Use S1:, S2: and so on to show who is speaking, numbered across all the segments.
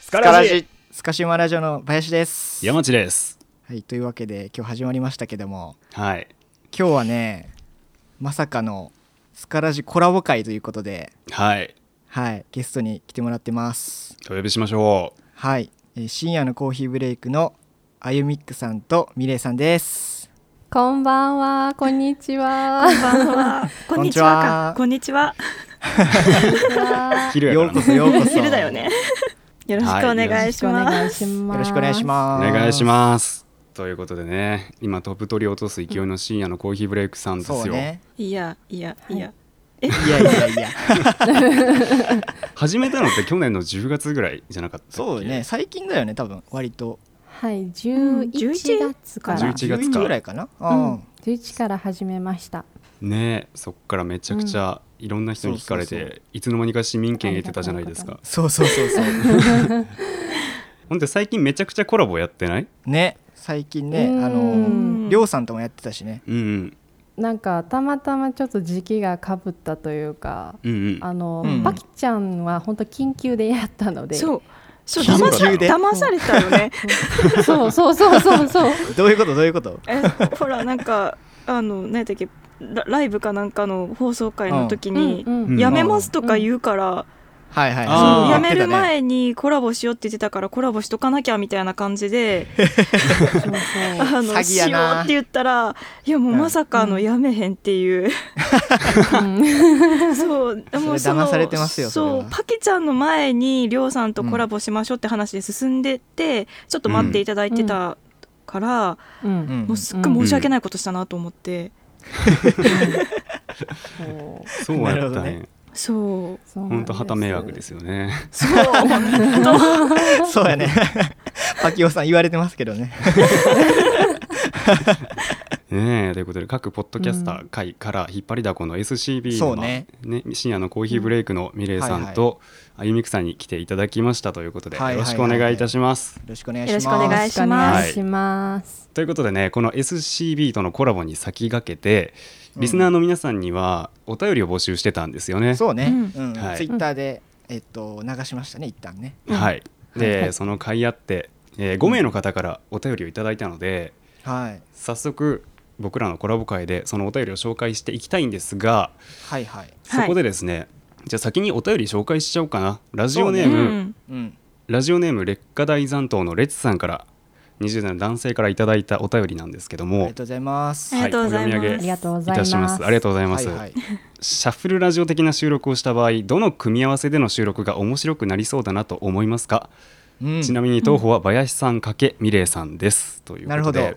S1: スカラジスカシウマラジオの林です
S2: 山地です
S1: はいというわけで今日始まりましたけども
S2: はい
S1: 今日はねまさかのスカラジコラボ会ということで
S2: はい
S1: はいゲストに来てもらってます
S2: お呼びしましょう
S1: はい、えー深夜のコーヒーブレイクのあゆみっくさんとみれいさんです
S3: こんばんは、こんにちは。
S4: こんばんは。
S1: こ
S4: こ
S1: ん
S4: ん
S1: に
S4: に
S1: ち
S4: ち
S1: は
S4: はか。こんにちは。
S2: 昼や
S1: よ
S2: から
S1: うこ
S2: ね
S1: そようこそ
S4: 昼だよね。 よろしくお願いしま
S3: し
S4: す。
S3: ま
S1: よろしくお願いします
S2: お願いしますということでね今トップ取り落とす勢いの深夜のコーヒーブレイクさんですよ、
S1: そうね
S4: いやいやいや。
S1: いやい やいや
S2: 始めたのって去年の10月ぐらいじゃなかったっけ
S1: そうね最近だよね多分割と
S3: はい、十一月から。
S2: 11月か
S1: 11ぐらいかなう
S3: うんん、十一から始めました。
S2: ねそっからめちゃくちゃいろんな人に聞かれて、
S1: そうそうそ
S2: いつの間にか市民権得てたじゃないですか
S1: そうそうそうそう
S2: ほんで最近めちゃくちゃコラボやってない
S1: ね最近ね
S3: うん
S1: あのりょうさんともやってたしね
S2: うんうん
S3: なんかたまたまちょっと時期がかぶったというか。
S2: うんうん
S3: あの、
S1: うん
S3: パキちゃんは本当緊急でやったので。
S4: そう。そう
S2: 緊
S4: 騙さ
S1: 急で
S4: 騙されたよ ね。
S3: そうそうそうそうそう。
S1: どういうことどういうこと
S4: えほらなんかあの何だっけラライブかなんかの放送会の時に
S3: うん
S2: うん
S4: やめますとか言うから、
S1: はいはい
S2: うん
S4: そう
S2: あー
S4: やめる
S1: やって
S4: 前にコラボしようって言ってたからコラボしとかなきゃみたいな感じで、
S3: そうそう
S4: あの
S1: 詐欺
S4: し
S1: や
S4: よ
S1: な
S4: うって言ったらいやもうまさかあ
S3: う
S4: の
S3: ん
S4: やめへんっていう。
S3: うん
S4: そう、
S1: れ
S4: もうその
S1: 騙されてますよそれ
S4: そ
S1: は
S4: う、パキちゃんの前にりょうさんとコラボしましょうって話で進んでて、ちょっと待っていただいてたから、
S1: た
S3: う。
S1: ねうんん
S4: もうすっごい申し訳ないことしたなと思って、
S3: そう
S2: そうや
S1: なる
S2: っ
S1: ほ
S2: た
S1: ど
S2: ね
S1: ね
S4: そう、
S3: そうなん。
S2: ほんと旗迷惑ですすよね
S4: そう、本
S1: そうやねパキオさん言われてますけどね
S2: ねえということで各ポッドキャスター会から引っ張りだこの SCB
S1: そう
S2: の、
S1: ね
S2: ね深夜のコーヒーブレイクのミレイさん
S1: は
S2: とあゆみくさんに来ていただきましたということで、
S1: はいはいは
S2: よ
S1: い
S2: ろしくお願いいたします。
S1: よろしくお願いし
S4: よ
S1: ま
S4: ろ
S1: す
S4: しくお願い
S3: よろし
S4: します
S3: くお願いします。
S2: ということでねこの SCB とのコラボに先駆けて
S1: うん
S2: リスナーの皆さんにはお便りを募集してたんですよね。
S1: そうね、う
S4: うん
S2: はい
S1: ツイッターで、えっと、流しましたね一旦ね
S2: はい、で、
S3: はいはい
S2: その甲斐あって、え5名の方からお便りをいただいたので
S1: はい
S2: 早速僕らのコラボ会でそのお便りを紹介していきたいんですが。
S1: はいはい
S4: はい
S2: そこでですね、じゃあ先にお便り紹介しちゃおうかな。ラジオネ
S4: 当。
S2: ー
S4: う
S2: ム、
S4: ん、
S1: うん
S2: ラジオネーム劣化大残党のレッツさんから20代の男性からいただいたお便りなんですけど
S1: あり
S2: も
S1: が、とうございます
S4: ありがとうございます
S2: お読み上
S3: あ
S2: げ
S3: りがとうござ
S2: い
S3: いま
S2: た
S3: す。
S2: します。ありがとうござい
S1: は
S2: ま
S1: い
S2: す。
S1: はい
S2: シャッフルラジオ的な収録をした場合、どの組み合わせでの収録が面白くなりそうだなと思いますか。
S1: うん
S2: ちなみに東方は林さんかけミレイさんですという
S1: なる
S2: こ
S1: ほ
S2: と
S1: ど
S2: で、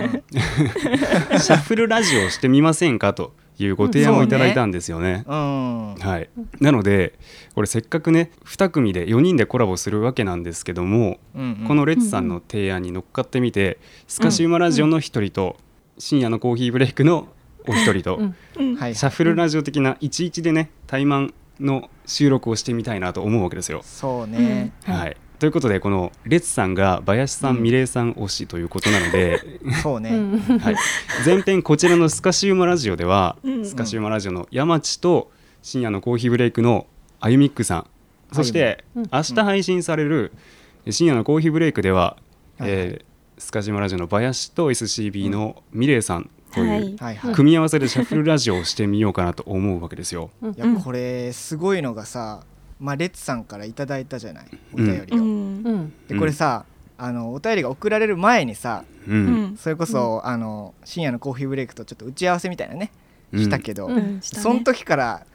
S2: シャッフルラジオをしてみませんかというご提案をいただいたんですよね。
S1: うん
S2: はい、なのでこれせっかくね2組で4人でコラボするわけなんですけども、
S1: うん
S2: このレッツさんの提案に乗っかってみて、スカシウマラジオの1人と、深夜のコーヒーブレイクのお一人と、
S3: うん
S4: うん
S1: はい
S2: シャッフルラジオ的な11でね対マンの収録をしてみたいなと思うわけですよ。
S1: そうね
S3: うん
S2: はいということでこのレッツさんが林さん、
S1: うん
S2: ミレイさん推しということなので、
S1: そうね、
S3: うん
S2: はい、前編こちらのスカシウマラジオでは、
S4: うん
S2: スカシウマラジオの山地と深夜のコーヒーブレイクのあゆみっくさんそして明
S3: あゆみ
S2: 日配信される深夜のコーヒーブレイクでは、
S1: はい
S2: えースカシウマラジオの林と SCB のミレイさんと
S4: はい
S2: いう
S1: はいはい
S2: 組み合わせでシャッフルラジオをしてみようかなと思うわけですよ。
S3: うん
S1: いやこれすごいのがさ、まあ、レッツさんからいただいたじゃないお便り
S4: う
S1: を、
S3: う、
S4: ん
S3: ん
S1: でこれさ、あのお便りが送られる前にさ
S2: う
S4: うんん、
S1: それこそ、あの深夜のコーヒーブレイクとちょっと打ち合わせみたいなね
S2: うん
S1: したけど、
S3: うん
S4: したね
S1: その時から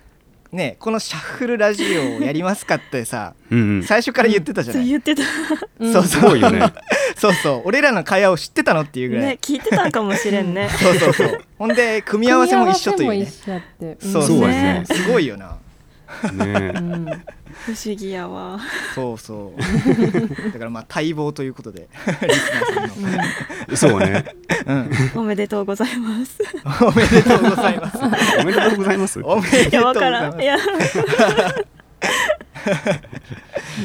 S1: ねこのシャッフルラジオをやりますかってさ
S2: うんうん
S1: 最初から言ってたじゃ
S4: そ
S1: な
S4: う
S1: い、
S4: 言ってた
S3: うん
S1: そう
S2: すごいよ ね。
S1: そうそう俺らの会話を知ってたのっていうぐらい、
S4: ね聞いてたんかもしれんね
S1: そうそうそうほんで組み合わせも一緒というね
S3: 組み合わせも一緒って。ん
S1: そう
S2: そ
S1: そうう
S2: ですね
S1: すごいよな
S2: ね
S3: うん
S4: 不思議やわ
S1: そうそう だからまあ待望ということで リスナーさんの、
S2: そうね。
S1: うん、
S4: おめでとうございます
S1: おめでとうございます
S2: おめでとうございます。
S1: おめで
S4: い
S1: とう
S4: や
S1: ご
S4: わ
S1: ざ
S4: か
S1: いま
S4: ら
S1: す
S4: んいや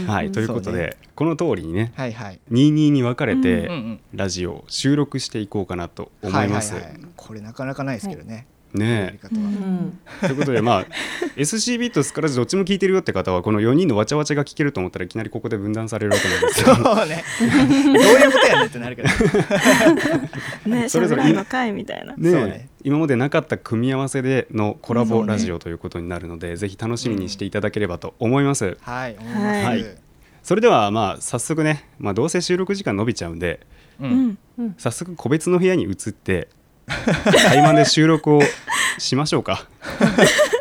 S2: はい、ということ
S1: そう
S2: で、この通りにね
S1: はいはい
S2: 22に分かれて、
S1: うんうん
S2: ラジオを収録していこうかなと思います。
S1: はいはいはいこれなかなかないですけどね、やり
S2: ね
S1: 方
S4: う
S1: は
S4: ん
S3: うん
S2: えということでまあ SCB とスカラジどっちも聞いてるよって方はこの4人のわちゃわちゃが聞けると思ったらいきなりここで分断されるわけなんですけど
S1: そうねどういうことやねんってなるから
S4: ね
S2: それぞ
S4: 喋
S2: れ
S4: らんのかいみたいな。
S2: ね
S1: そうね
S2: 今までなかった組み合わせでのコラボラジオということになるので、ぜひ楽しみにしていただければと思います、
S1: はい思います、
S2: はいそれではまあ早速ね、まあ、どうせ収録時間伸びちゃうんで
S1: う
S4: うんん、
S3: うん
S2: 早速個別の部屋に移って対マンで収録をしましょうか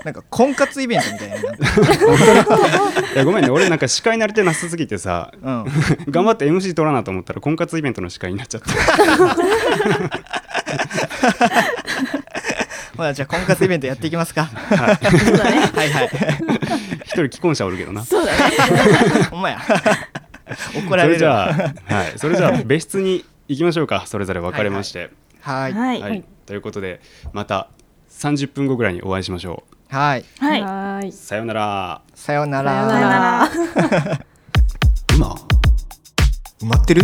S1: なんか婚活イベントみたいななんか
S2: いやごめんね俺なんか司会慣れてなさすぎてさ
S1: うん
S2: 頑張って MC 取らなと思ったら婚活イベントの司会になっちゃった
S1: まあじゃあ婚活イベントやっていきますか
S4: そうだね。
S1: はい はい
S2: 一人既婚者おるけどな
S4: そうだね。
S1: ほんまや 怒
S2: そ
S1: られ
S2: れ
S1: る
S2: じ ゃあ、はい、それじゃあ別室に行きましょうかそれぞれ分かれまして。
S1: はいはい、
S4: はい。
S2: は、
S4: はいい。
S2: ということでまた30分後ぐらいにお会いしましょ
S4: さよ
S3: はーいう
S2: さようなら
S1: さようなら
S3: さよう
S4: なら。
S2: 今
S1: 埋まってる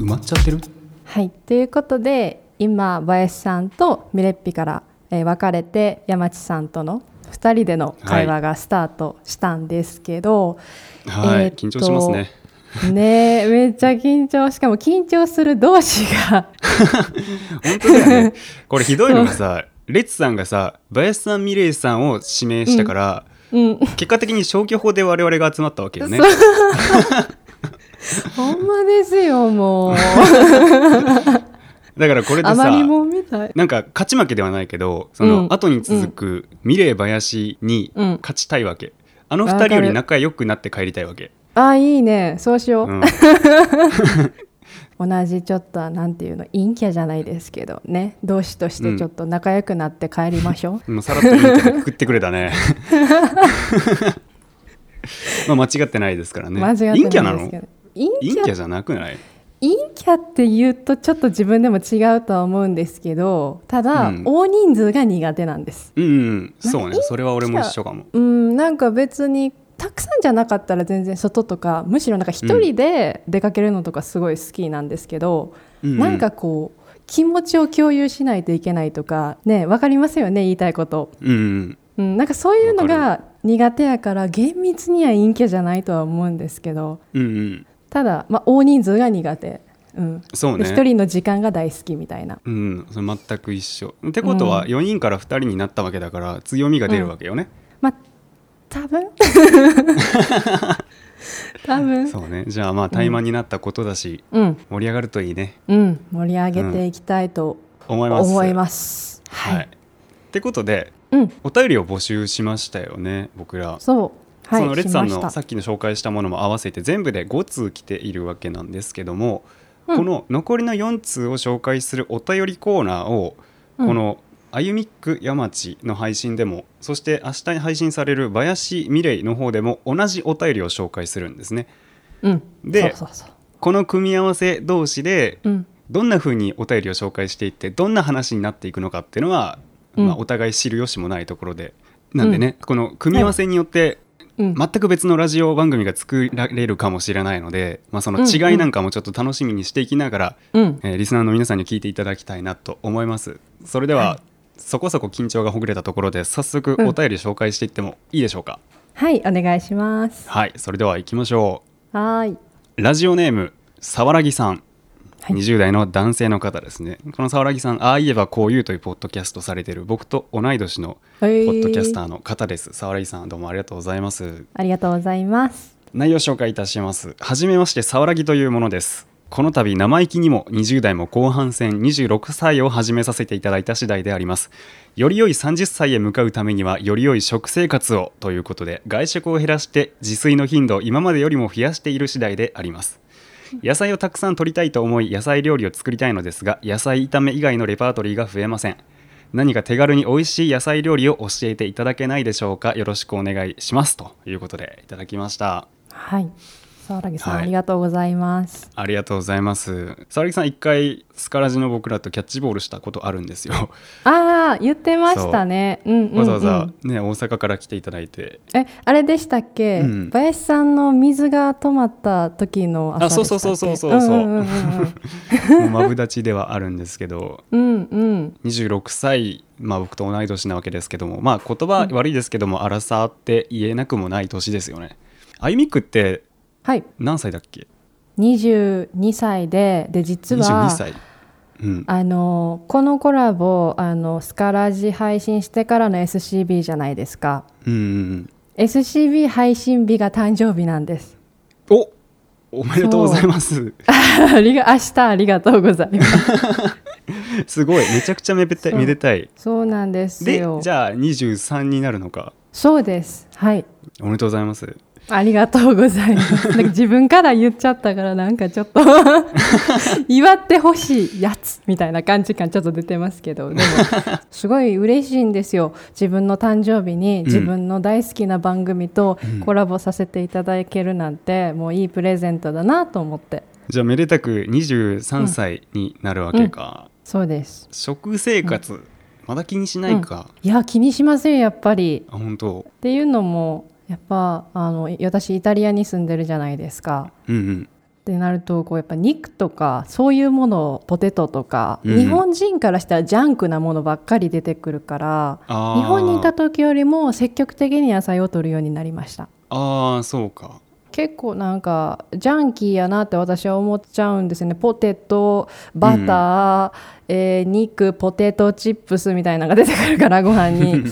S2: 埋まっちゃってる
S3: はいということで今林さんとミレッピから、えー別れて山地さんとの2人での会話がスタートしたんですけど、
S2: はい、
S3: えーっと
S2: 緊張しますね
S3: ねえめっちゃ緊張しかも緊張する同士が
S2: 本当だよねこれひどいのがさレッツさんがさ林さんミレイさんを指名したから、
S3: うん
S2: 結果的に消去法で我々が集まったわけよね
S3: ほんまですよもう
S2: だからこれで
S3: あま
S2: さ
S3: りもんみたい
S2: なんか勝ち負けではないけどその、
S3: うん
S2: 後に続くミレイ林に
S3: うん
S2: 勝ちたいわけ、あの二人より仲良くなって帰りたいわけ、
S3: あいいねそうしよ
S2: う
S3: う、
S2: ん、
S3: 同じちょっとなんていうの陰キャじゃないですけどね同士としてちょっと仲良くなって帰りましょう、
S2: もうさらっといいけど食ってくれた ね。まあ間違ってないですからね。
S3: 間違ってないです
S2: 陰キ
S3: け
S2: ャ
S3: ど
S2: なの？
S3: 陰キ
S2: 陰
S3: ャ
S2: キャじゃなくない？
S3: 陰キャって言うとちょっと自分でも違うとは思うんですけどただ、
S2: うん
S3: 大人数が苦手なんです
S2: うん、うん、そうね
S3: なん。か
S2: それは俺も一緒かも。
S3: うんなんか別にたくさんじゃなかったら全然外とかむしろなんか一人で出かけるのとかすごい好きなんですけど、
S2: うう
S3: なんかこう気持ちを共有しないといけないとかねわかりますよね言いたいこと、
S2: うんうん
S3: うん、なんかそういうの
S2: わ
S3: が苦手やから厳密には陰キャじゃないとは思うんですけど
S2: うんうん
S3: ただ、まあ、大人数が苦手、うん、
S2: そう
S3: で
S2: ね。
S3: 一、人の時間が大好きみたいな。
S2: うん、それ全く一緒。ってことは
S3: うん
S2: 4人から2人になったわけだから強みが出るわけよね。
S3: まあ多 分多分
S2: そうね。じゃあまあ怠慢になったことだし、
S3: うん
S2: 盛り上がるといいね。
S3: うん盛り上げていきたいと
S2: 思います。
S3: 思い
S2: す。
S3: ます。
S2: はい。ってことで
S3: うん
S2: お便りを募集しましたよね。僕ら。
S3: そうはい
S2: そのレッツさん
S3: し
S2: の
S3: ま
S2: さ
S3: し
S2: っきの紹介したものも合わせて全部で5通来ているわけなんですけども、
S3: うん
S2: この残りの4通を紹介するお便りコーナーを
S3: うん
S2: この「あゆみっく山地」の配信でもそして明日に配信される「林ミレイ」の方でも同じお便りを紹介するんですね。
S3: たうん
S2: で
S3: そうそうそう
S2: この組み合わせ同士で
S3: うん
S2: どんな風にお便りを紹介していってどんな話になっていくのかっていうのは、
S3: うん
S2: まあ、お互い知る由もないところでなんでね、この組み合わせによって
S3: うん、
S2: 全く別のラジオ番組が作られるかもしれないので、まあ、その違いなんかもちょっと楽しみにしていきながら、
S3: うん
S2: えーリスナーの皆さんに聞いていただきたいなと思いますそれでは、そこそこ緊張がほぐれたところで早速お便り紹介していってもいいでしょうか、
S3: はいお願いします。
S2: はいそれでは行きましょ
S3: はーい。
S2: うラジオネームさわらぎさん
S3: はい
S2: 20代の男性の方ですねこのさわらぎさんああ言えばこう言うというポッドキャストされている僕と同い年のポ
S3: ポ
S2: ッドキャスタ
S3: ー
S2: ーの方ですさわらぎさんどうもありがとうございます
S3: ありがとうございます。
S2: 内容を紹介いたしますはじめましてさわらぎというものですこの度生意気にも20代も後半戦26歳を始めさせていただいた次第でありますより良い30歳へ向かうためにはより良い食生活をということで外食を減らして自炊の頻度を今までよりも増やしている次第であります野菜をたくさん取りたいと思い野菜料理を作りたいのですが野菜炒め以外のレパートリーが増えません何か手軽に美味しい野菜料理を教えていただけないでしょうかよろしくお願いしますということでいただきました
S3: はい。沢良さん、
S2: はい
S3: ありがとうございます。
S2: ありがとうございます。沢木さん一回スカラジの僕らとキャッチボールしたことあるんですよ。
S3: ああ言ってましたね。うんうんうん、
S2: わざわざね大阪から来ていただい て。
S3: えあれでしたっけ、
S2: うん
S3: 林さんの水が止まった時の朝でした
S2: あ
S3: っけ
S2: そうそうそうそうそう
S3: うんうんうん
S2: もうマブダチではあるんですけど。
S3: うん、うんうん
S2: 26歳、まあ、僕と同い年なわけですけども、まあ、言葉悪いですけども、アラサーって言えなくもない年ですよね。あゆみくって
S3: はい
S2: 何歳だっけ
S3: 22歳でで実は
S2: ?22 歳。うん、
S3: あのこのコラボあのスカラジ配信してからの SCB じゃないですか
S2: うんうん、
S3: SCB 配信日が誕生日なんです
S2: うん。おおめでとうございます。
S3: ありが明日ありがとうございます
S2: すごい。めちゃくちゃめでたい。
S3: そう
S2: めでたい
S3: そうなんです
S2: で
S3: よ、
S2: じゃあ23になるのか。
S3: そうですはい
S2: おめでとうございます。
S3: ありがとうございます。なんか自分から言っちゃったからなんかちょっと 祝ってほしいやつみたいな感じ感ちょっと出てますけどでもすごい嬉しいんですよ自分の誕生日に自分の大好きな番組とコラボさせていただけるなんて、もういいプレゼントだなと思って
S2: じゃあ、めでたく23歳になるわけか。
S3: そうです
S2: 食生活、まだ気にしないか。
S3: いや気にしませんやっぱり
S2: あ、本当。
S3: っていうのもやっぱあの私イタリアに住んでるじゃないですか
S2: うんうん。
S3: ってなるとこうやっぱ肉とかそういうものポテトとか、
S2: うん
S3: 日本人からしたらジャンクなものばっかり出てくるから
S2: あー
S3: 日本にいた時よりも積極的に野菜を取るようになりました
S2: ああ、そうか。
S3: 結構なんかジャンキーやなって私は思っちゃうんですよねポテトバター、えー肉ポテトチップスみたいなのが出てくるからご飯に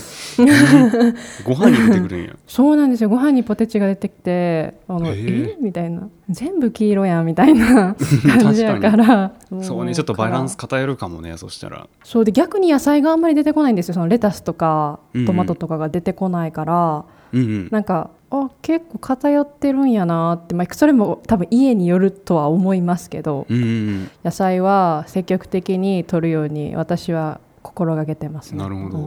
S2: ご飯に出てくるんや。
S3: そうなんですよご飯にポテチが出てきてあの、
S2: へ
S3: え
S2: ー
S3: みたいな全部黄色やんみたいな 感じやからも
S2: そうね、ちょっとバランス
S3: から
S2: 偏るかもね、そしたら。
S3: そうで逆に野菜があんまり出てこないんですよそのレタスとか
S2: うんうん
S3: トマトとかが出てこないから、
S2: うんうん。
S3: なんかあ結構偏ってるんやなって、まあ、それも多分家によるとは思いますけど、
S2: うんうん
S3: 野菜は積極的に取るように私は心がけてます
S2: うん、
S3: ね。
S2: なるほ
S3: う
S2: ど
S3: ん。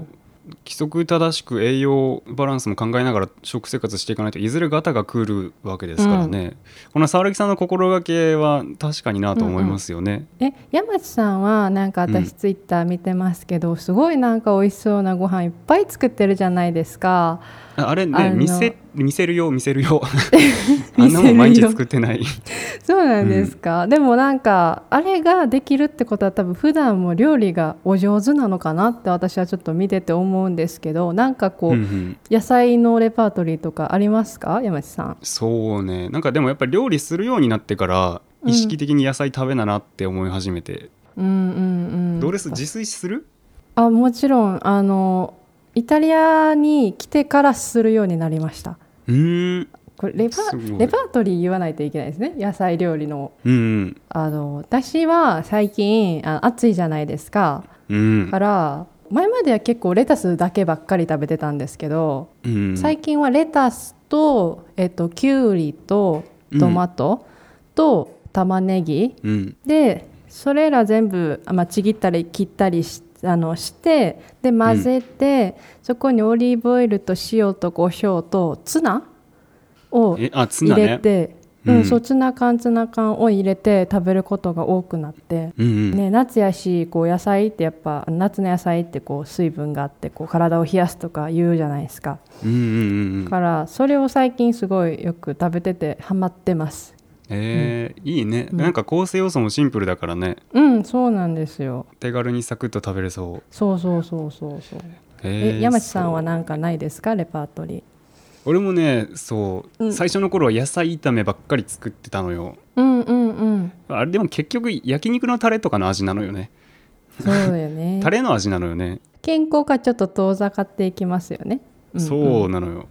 S2: 規則正しく栄養バランスも考えながら食生活していかないといずれガタが来るわけですからね、この沢木さんの心がけは確かになと思いますよね、
S3: え山地さんはなんか
S2: う
S3: 私
S2: ん
S3: ツイッター見てますけど、すごいなんか美味しそうなご飯いっぱい作ってるじゃないですか。
S2: ああれ
S3: あ
S2: ね
S3: の
S2: 見せ見せるよ見せる よあ
S3: 見せるよ
S2: んなもん毎日作ってない
S3: そうなんですか、でもなんかあれができるってことは多分普段も料理がお上手なのかなって私はちょっと見てて思うんですけどなんかこう、
S2: うんうん
S3: 野菜のレパートリーとかありますか山地さん
S2: そうねなんかでもやっぱり料理するようになってから意識的に野菜食べななって思い始めて、
S3: うんうんうん
S2: どうです自炊する
S3: あもちろんあのイタリアに来てからするようになりました
S2: うーん
S3: これレパ
S2: すごい
S3: レパートリー言わないといけないですね野菜料理の
S2: うん
S3: あの私は最近あ暑いじゃないですか
S2: うんうん
S3: から前までは結構レタスだけばっかり食べてたんですけど
S2: うん
S3: 最近はレタスと、えっと、きゅうりとトマトと玉ねぎ、
S2: うん
S3: でそれら全部、あまあ、ちぎったり切ったりしあのしてで混ぜて、そこにオリーブオイルと塩と胡椒とツナを
S2: えあツ
S3: 入
S2: ナ
S3: れ
S2: ね
S3: て、
S2: う
S3: うんんそうツナ缶ツナ缶を入れて食べることが多くなって。
S2: うんうん、
S3: ね、夏やしこう野菜ってやっぱ夏の野菜ってこう水分があってこう体を冷やすとか言うじゃないですか、
S2: うんうんうんうん
S3: からそれを最近すごいよく食べててハマってます
S2: えーいいね、
S3: うん
S2: なんか構成要素もシンプルだからね
S3: うんそうなんですよ
S2: 手軽にサクッと食べれそう
S3: そうそうそうそうそう
S2: え
S3: え
S2: ー
S3: 山地さんは
S2: そう
S3: なんかないですかレパートリー
S2: 俺もねそう、
S4: うん
S2: 最初の頃は野菜炒めばっかり作ってたのよ
S3: うんうん うん
S2: あれでも結局焼肉のタレとかの味なのよね
S3: そうだよね
S2: タレの味なのよね、
S3: 健康がちょっと遠ざかっていきますよね、んん
S2: そうなのよ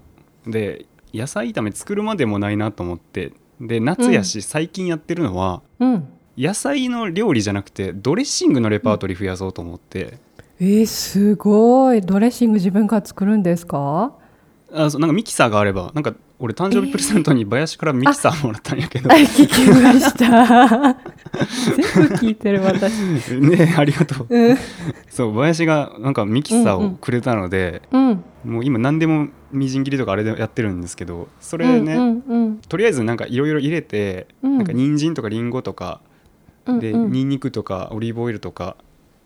S2: で野菜炒め作るまでもないなと思ってで夏やし、最近やってるのは
S3: うん
S2: 野菜の料理じゃなくてドレッシングのレパートリー増やそうと思って、
S3: えー、すごいドレッシング自分から作るんですか
S2: あそうなんかミキサーがあればなんか 俺誕生日プレゼントに林からミキサーもらったんやけど、
S3: あ聞きました 全部聞いてる私。
S2: ねありがとう
S3: うん
S2: そう林がなんかミキサーをくれたので、
S3: うん。
S2: もう今何でもみじん切りとかあれでやってるんですけどそれね、
S3: うんうん
S2: とりあえずなんかいろいろ入れて、
S3: うん
S2: なんか人参とかリンゴとか
S3: うん。
S2: で、
S3: うんうん
S2: ニンニクとかオリーブオイルとか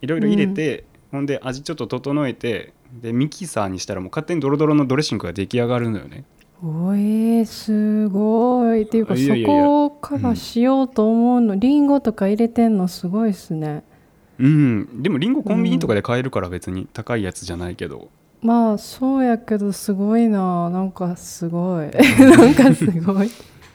S2: いろいろ入れて、ほんで味ちょっと整えてでミキサーにしたらもう勝手にドロドロのドレッシングが出来上がるのよね
S3: おえすごいっていうか
S2: いやいやいや
S3: そこからしようと思うの、リンゴとか入れてんのすごいですね
S2: うんでもリンゴコンビニとかで買えるから別に高いやつじゃないけど、
S3: まあそうやけどすごいななんかすごい なんかすごい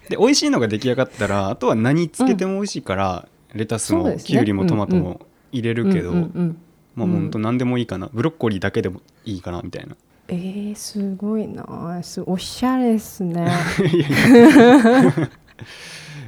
S2: で美味しいのが出来上がったらあとは何つけても美味しいから、レタス
S3: そう
S2: も
S3: ですね
S2: キュウリもトマト
S3: うんう
S2: も入れるけど、
S3: うんうんうん
S2: まあほんと何でもいいかなブロッコリーだけでもいいかなみたいな
S3: えー、すごいなすおしゃれで すね
S2: いやいや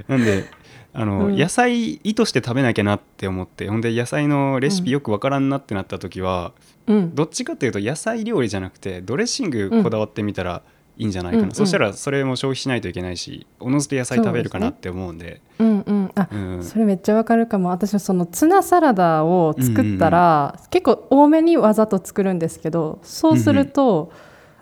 S2: なんであの、
S3: うん
S2: 野菜意図して食べなきゃなって思ってほんで野菜のレシピよくわからんなってなった時は、
S3: うん
S2: どっちかっていうと野菜料理じゃなくてドレッシングこだわってみたらいいんじゃないかな、
S3: うんうん
S2: そしたらそれも消費しないといけないしおのずと野菜食べるかなって思うんで
S3: うんうんあ、
S2: うん
S3: それめっちゃわかるかも私はそのツナサラダを作ったら、結構多めにわざと作るんですけどそうすると、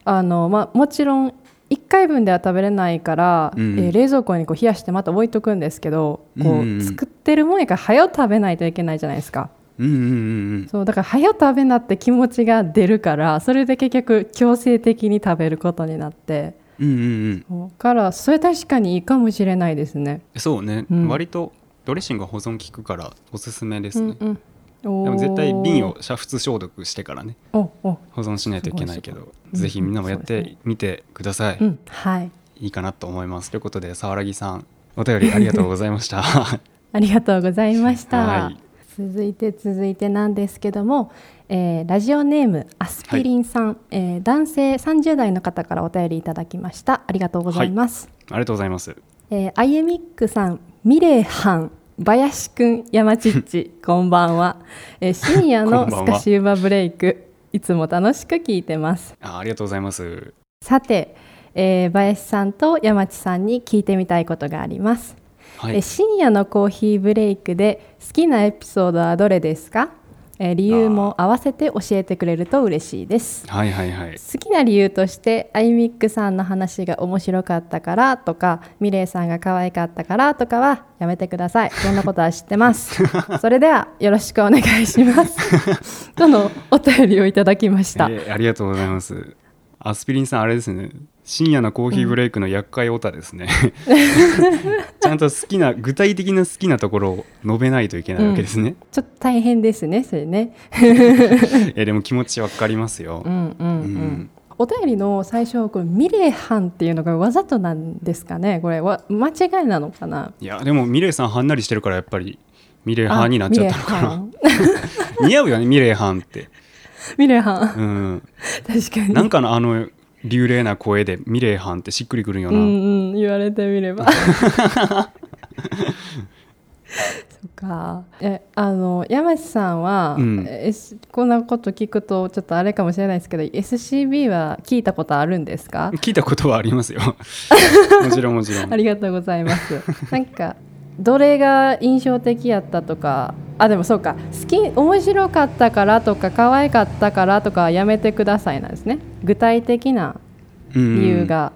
S3: あのまあ、もちろん1回分では食べれないから、
S2: うんうん
S3: えー冷蔵庫にこう冷やしてまた置いとくんですけどこう、
S2: うんうん
S3: 作ってるもんやから早う食べないといけないじゃないですか
S2: うんうんうん
S3: そうだから早う食べなって気持ちが出るからそれで結局強制的に食べることになって
S2: うんうんうん
S3: そうからそれ確かにいいかもしれないですね。
S2: うんそうね、
S3: うん
S2: 割とドレッシングは保存効くからおすすめで
S3: う
S2: すね、
S3: んうん
S2: でも絶対
S3: おー
S2: 瓶を煮沸消毒してからね
S3: おお
S2: 保存しないといけないけど
S3: すごいすごい
S2: ぜひみんなもやっ
S3: うんうんそうで
S2: てみてください、
S3: うん、はい。
S2: いいかなと思いますということでさわらぎさんお便りありがとうございました
S3: ありがとうございました。
S2: はい
S3: 続いて続いてなんですけども、えーラジオネームアスピリンさん、えー男性30代の方からお便りいただきました。ありがとうございます。
S2: ありがとうございます
S3: えーアイエミックさん、ミレイハン、林くん、山ち っち、こんばんは。えー深夜
S2: こん
S3: の
S2: ばん
S3: ス
S2: は
S3: カシウマブレイク、いつも楽しく聞いてます。
S2: あありがとうございます
S3: さて、えー林さんと山地さんに聞いてみたいことがあります。
S2: は
S3: え
S2: い
S3: 深夜のコーヒーブレイクで好きなエピソードはどれですかえ理由も合わせて教えてくれると嬉しいです
S2: はいはいはい
S3: 好きな理由としてアイミックさんの話が面白かったからとかミレイさんが可愛かったからとかはやめてくださいそんなことは知ってます それではよろしくお願いします とのお便りをいただきました、
S2: えーありがとうございます。アスピリンさんあれですね。深夜のコーヒーブレイクの厄介オタです ね。ちゃんと好きな具体的な好きなところを述べないといけないわけですね。
S3: ちょっと大変ですねそれね
S2: えーでも気持ちわかりますよ。
S3: うんうんう
S2: うんん、
S3: お便りの最初これミレーハンっていうのがわざとなんですかねこれわ間違いなのかない
S2: やでもミレイさんはんなりしてるからやっぱりミレイ派になっちゃったのかな。
S3: ミレーハ ン
S2: 似合うよねミレイ派って。
S3: ミレーハン
S2: うん。
S3: 確かに
S2: なんかのあの流麗な声でミレイ派ってしっくりくるよ
S3: う
S2: な。
S3: んうん言われてみれ ばそっかえあの山地さんは、
S2: うん
S3: え S- こんなこと聞くとちょっとあれかもしれないですけど SCB は聞いたことあるんですか
S2: 聞いたことはあります よ。もちろんもちろん。
S3: ありがとうございます。 なんかどれが印象的やったとか、あでもそうか、好き面白かったからとか可愛かったからとかはやめてくださいなんですね。具体的な
S2: うん
S3: 理由が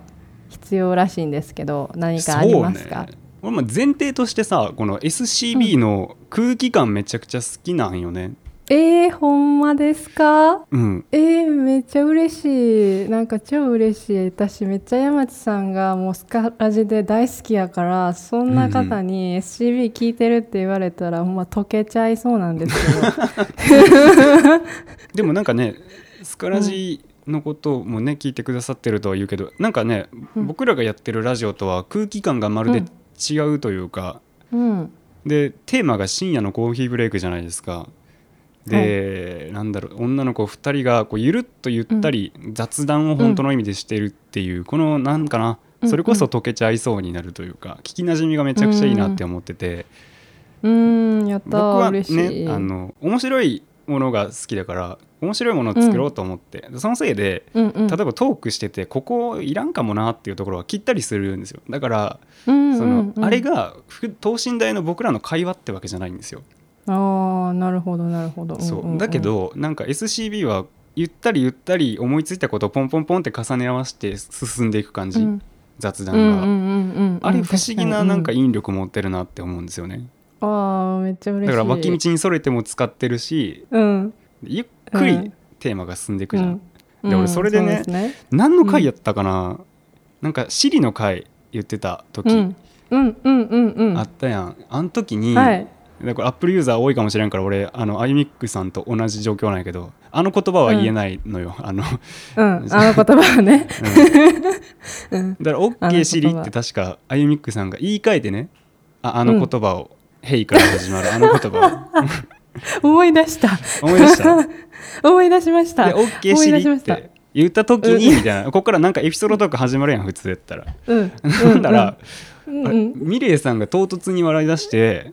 S3: 必要らしいんですけど、何かありますか？
S2: そうね俺も前提としてさこの SCB の空気感めちゃくちゃ好きなんよね
S3: えー、ほんまですか？
S2: うん
S3: えー、めっちゃ嬉しいなんか超嬉しい私めっちゃ山地さんがもうスカラジで大好きやからそんな方に SCB 聞いてるって言われたらほんま溶けちゃいそうなんですけど
S2: でもなんかねスカラジのこともね聞いてくださってるとは言うけどなんかね、
S3: うん
S2: 僕らがやってるラジオとは空気感がまるで違うというか、
S3: うん
S2: でテーマが深夜のコーヒーブレイクじゃないですかで、なんだろう女の子2人がこうゆるっとゆったり雑談を本当の意味でしてるっていう、このなんかな
S3: うん
S2: それこそ溶けちゃいそうになるというか聞きなじみがめちゃくちゃいいなって思ってて、
S3: うーんやった
S2: 僕は
S3: 嬉しい
S2: ねあの面白いものが好きだから面白いものを作ろうと思って、そのせいで
S3: うんうん、
S2: 例えばトークしててここいらんかもなっていうところは切ったりするんですよだから
S3: うんうん
S2: そ
S3: うん
S2: のあれがふ等身大の僕らの会話ってわけじゃないんですよ
S3: ああなるほどなるほど
S2: そ
S3: んんん
S2: うだけどなんか SCB はゆったりゆったり思いついたことをポンポンポンって重ね合わせて進んでいく感じ、
S3: うん
S2: 雑
S3: うんうん
S2: 談が、
S3: うんうん
S2: あれ不思議ななんか
S3: 確
S2: 引力持ってるなって思うんですよね
S3: にうんあーめっちゃ嬉し
S2: だ
S3: い
S2: から脇道にそれても使ってるし
S3: うん
S2: ゆっく
S3: う
S2: り
S3: ん
S2: テーマが進んでいくじゃん、
S3: うん
S2: で俺それでね
S3: うんうすね
S2: 何の回やったかな、なんか「シリの回言ってた時、
S3: うんうんうんうんうん
S2: あったやんあの時に、
S3: はい
S2: だからアップルユーザー多いかもしれんから俺あのアイミックさんと同じ状況なんやけどあの言葉は言えないのよ、あのだか
S3: うんあの言葉は ね
S2: ら
S3: うんあの言
S2: OK
S3: 葉
S2: シリって確かアイミックさんが言い換えてねああの言葉を、ヘイから始まるあの言葉
S3: 思い出した
S2: を思い出した で
S3: 思い出しました思
S2: OK
S3: い
S2: シ
S3: 出し
S2: リ
S3: ま
S2: っ
S3: した
S2: て言った時に
S3: うん
S2: みたいなここからなんかエピソードとか始まるやん普通やったら
S3: うん
S2: なんだら、
S3: うん
S2: あ
S3: う
S2: れ
S3: ん
S2: ミレイさんが唐突に笑い出 して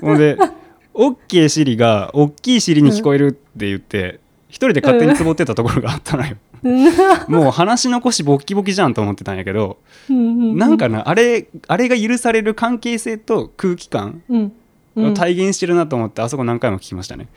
S2: ほんで「オッケーシリ」が「おっきいシリ」に聞こえるって言って一人で勝手につぼってたところがあったのよ。もう話の腰ボッキボキじゃんと思ってたんやけど
S3: うん
S2: なんかなあれあれが許される関係性と空気感
S3: うんう
S2: を
S3: ん
S2: 体現してるなと思ってあそこ何回も聞きましたね。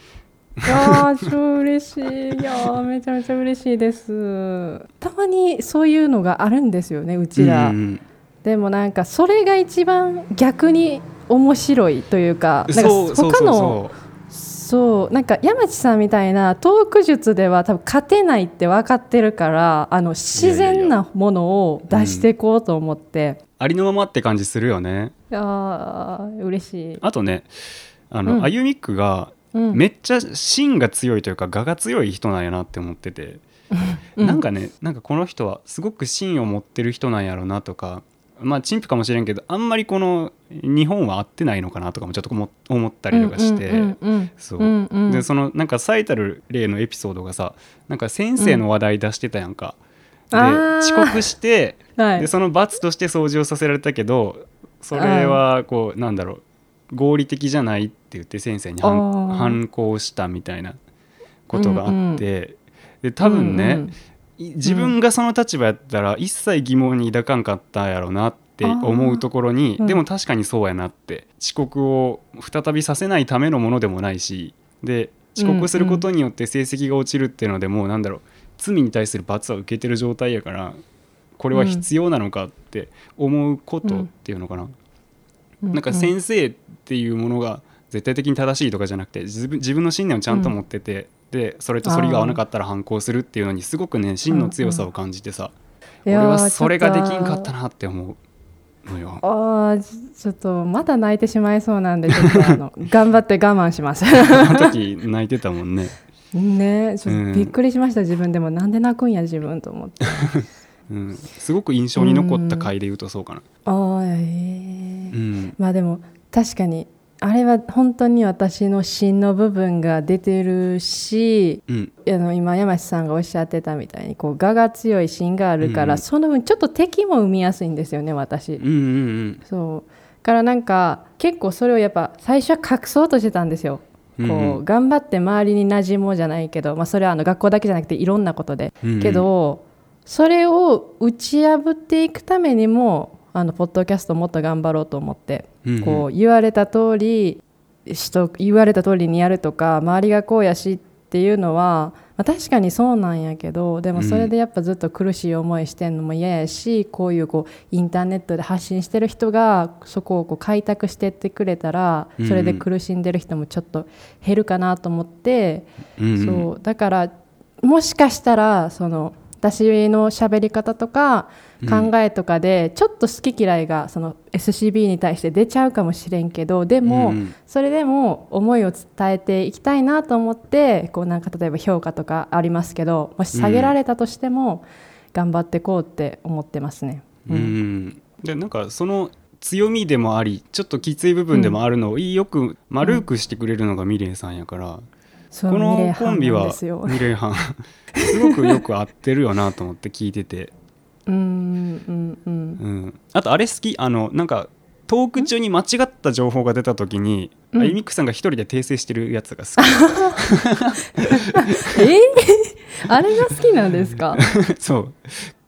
S3: いやー超嬉しいいやーめちゃめちゃ嬉しいですたまにそういうのがあるんですよねうちら、
S2: うん
S3: でもなんかそれが一番逆に面白いというかなんか
S2: そうそう
S3: 他
S2: そう
S3: の
S2: そ
S3: そうなんか山地さんみたいなトーク術では多分勝てないって分かってるからあの自然なものを出していこうと思って
S2: うありのままって感じするよね。
S3: いやー嬉しい、
S2: あとねあの、
S3: うん
S2: あゆみっくが
S3: うん、
S2: めっちゃ芯が強いというか我が強い人なんやなって思ってて、
S3: うん
S2: なんかねなんかこの人はすごく芯を持ってる人なんやろうなとかまあ陳腐かもしれんけどあんまりこの日本は合ってないのかなとかもちょっと思思ったりとかして、
S3: うんうんうん
S2: そう、
S3: うんうん
S2: でそのなんか最たる例のエピソードがさなんか先生の話題出してたやんか、
S3: うん
S2: で
S3: あー
S2: 遅刻して
S3: はい
S2: でその罰として掃除をさせられたけどそれはこうなんだろう合理的じゃないって言って先生に反
S3: あー
S2: 反抗したみたいなことがあって、で多分ね、
S3: うんうん
S2: い自分がその立場やったら一切疑問に抱かんかったやろうなって思うところに、
S3: あーうん
S2: でも確かにそうやなって遅刻を再びさせないためのものでもないしで遅刻することによって成績が落ちるっていうのでもうなんだろう罪に対する罰は受けてる状態やからこれは必要なのかって思うことっていうのかな、なんか先生っていうものが絶対的に正しいとかじゃなくて自分自分の信念をちゃんと持ってて、でそれとそれが合わなかったら反抗するっていうのにすごくね真の強さを感じてさ、
S3: いやー
S2: 俺はそれができんかっ
S3: ちょと
S2: たなって思うのよ。
S3: ああちょっとまだ泣いてしまいそうなんでちょっとあの頑張って我慢します
S2: あの時泣いてたもんね。
S3: ねちょっ
S2: うん
S3: とびっくりしました自分でもなんで泣くんや自分と思 って
S2: うん、すごく印象に残った回で言うとそうかな。
S3: ああええ
S2: うん、
S3: まあでも確かにあれは本当に私の芯の部分が出てるし
S2: うん、
S3: あの今山下さんがおっしゃってたみたいにこう我が強い芯があるから、
S2: うん
S3: その分ちょっと敵も生みやすいんですよね私、
S2: うん、うん、
S3: そうからなんか結構それをやっぱ最初は隠そうとしてたんですよ
S2: うん
S3: こ
S2: うん
S3: う頑張って周りに馴染もうじゃないけど、まあ、それはあの学校だけじゃなくていろんなことで、
S2: うんうん
S3: けどそれを打ち破っていくためにもあのポッドキャストもっと頑張ろうと思って、
S2: うんうん
S3: こう言われた通りしと言われた通りにやるとか周りがこうやしっていうのは、まあ、確かにそうなんやけどでもそれでやっぱずっと苦しい思いしてんのも嫌やし、こういうこうインターネットで発信してる人がそこをこう開拓してってくれたらそれで苦しんでる人もちょっと減るかなと思って、
S2: うんうん、
S3: そうだからもしかしたらその私の喋り方とか考えとかでちょっと好き嫌いがその SCB に対して出ちゃうかもしれんけどで
S2: う
S3: も、
S2: ん
S3: それでも思いを伝えていきたいなと思ってこうなんか例えば評価とかありますけどもし下げられたとしても頑張っていこうって思ってますね。
S2: うんでなんかその強みでもありちょっときつい部分でもあるのをいいよく丸くしてくれるのがミレイさんやから、
S3: そう
S2: こ
S3: ミレー
S2: のコ
S3: ハ
S2: ンビ
S3: なん
S2: は
S3: ですよ
S2: ミレイハンすごくよく合ってるよなと思って聞いてて、
S3: うんうんうん
S2: うん、あとあれ好きあのなんかトーク中に間違った情報が出た時に、
S3: うん
S2: あゆみっくさんが一人で訂正してるやつが好
S3: え あれが好きなんで すか
S2: きそう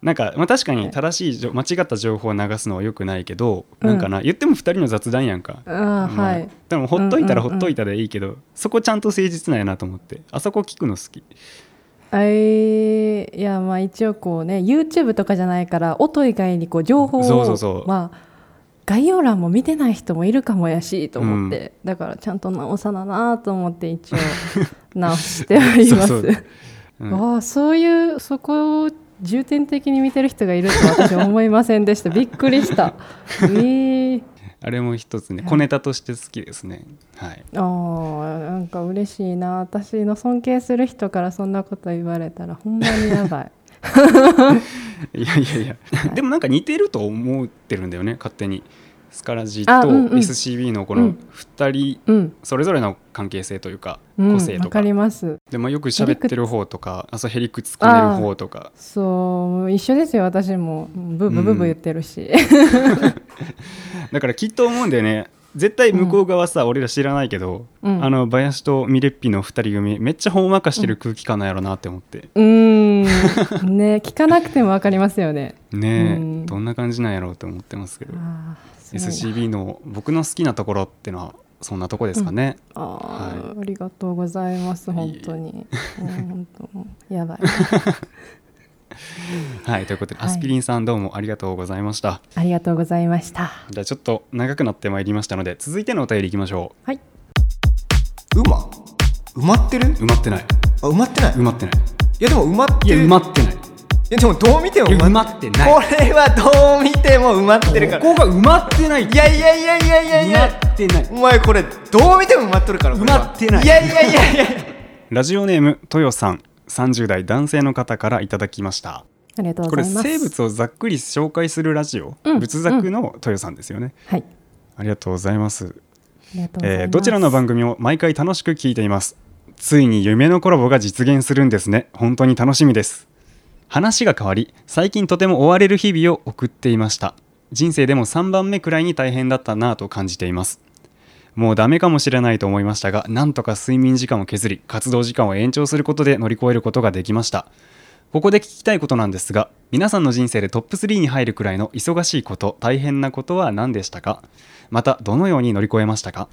S2: なんか、まあ、確かに正しいじょ間違った情報を流すのは良くないけど、なんかな言っても二人の雑談やんか、
S3: あー
S2: まあ
S3: はい
S2: でもほっといたら
S3: うんう
S2: ほ
S3: んうん
S2: っといたでいいけど、そこちゃんと誠実なんやなと思ってあそこ聞くの好き
S3: えーいやまあ一応こうね YouTube とかじゃないから音以外にこう情報を
S2: そうそうそう
S3: まあ概要欄も見てない人もいるかもやしと思って、だからちゃんと直さななと思って一応直してはいます
S2: そうそうう ん
S3: ああそういうそこを重点的に見てる人がいると私は思いませんでしたびっくり したえー、
S2: あれも一つね
S3: はい
S2: 小ネタとして好きですねはい
S3: あーなんか嬉しいな私の尊敬する人からそんなこと言われたらほんまにやばい
S2: いやいやいや、
S3: い
S2: でもなんか似てると思ってるんだよね勝手にスカラジ
S3: あ
S2: と
S3: うんうん
S2: SCB のこ
S3: う
S2: の
S3: ん
S2: 2人
S3: うん
S2: それぞれの関係性というか
S3: うん
S2: 個性と
S3: わ
S2: か,、
S3: かります
S2: でまあ、よく喋ってる方とかあそうへりくつこねる方とか
S3: そう一緒ですよ私もブーブーブーブー言ってるし、
S2: だからきっと思うんだよね絶対向こう側さ、俺ら知らないけど、
S3: うん
S2: あの林とミレッピの2人組めっちゃほんわかしてる空気感なんやろなって思って、
S3: うーんね聞かなくてもわかりますよね
S2: ねえ、
S3: うん
S2: どんな感じなんやろうって思ってますけど
S3: あーすご
S2: SCB
S3: いな
S2: の僕の好きなところってのはそんなとこですかね、
S3: あー
S2: は
S3: ありがとうございます
S2: いえ
S3: 本当にうん本当もうやばい
S2: はいということで、
S3: はい
S2: アスピリンさんどうもありがとうございました
S3: ありがとうございました
S2: じゃあちょっと長くなってまいりましたので続いてのお便りいきましょ
S3: はい
S1: 馬埋まってる
S2: う埋まってない
S1: あ埋まってない
S2: 埋まってない
S1: いやでも埋まって
S2: いや
S1: る
S2: 埋まってない
S1: いやでもどう見ても
S2: いや埋
S1: 埋
S2: ま
S1: まっ
S2: ってない
S1: これはどう見ても埋まってるから
S2: ここが埋まってない
S1: いやいやいやいやいやいや
S2: 埋まってない
S1: お前これどう見ても埋まっとるからこれは
S2: 埋まってない
S1: いやいやいやいやいや
S2: ラジオネームとよさん30代男性の方からいただきました
S3: ありがとう
S2: こ
S3: ご
S2: れ
S3: ざいます
S2: 生物をざっくり紹介するラジオ、
S3: うん
S2: 仏作のとよさんですよね、
S3: はい
S2: ありがとうございます
S3: ありがとうございます、
S2: えーどちらの番組も毎回楽しく聞いていますついに夢のコラボが実現するんですね本当に楽しみです話が変わり最近とても追われる日々を送っていました人生でも3番目くらいに大変だったなぁと感じていますもうダメかもしれないと思いましたがなんとか睡眠時間を削り活動時間を延長することで乗り越えることができましたここで聞きたいことなんですが皆さんの人生でトップ3に入るくらいの忙しいこと大変なことは何でしたかまたどのように乗り越えましたか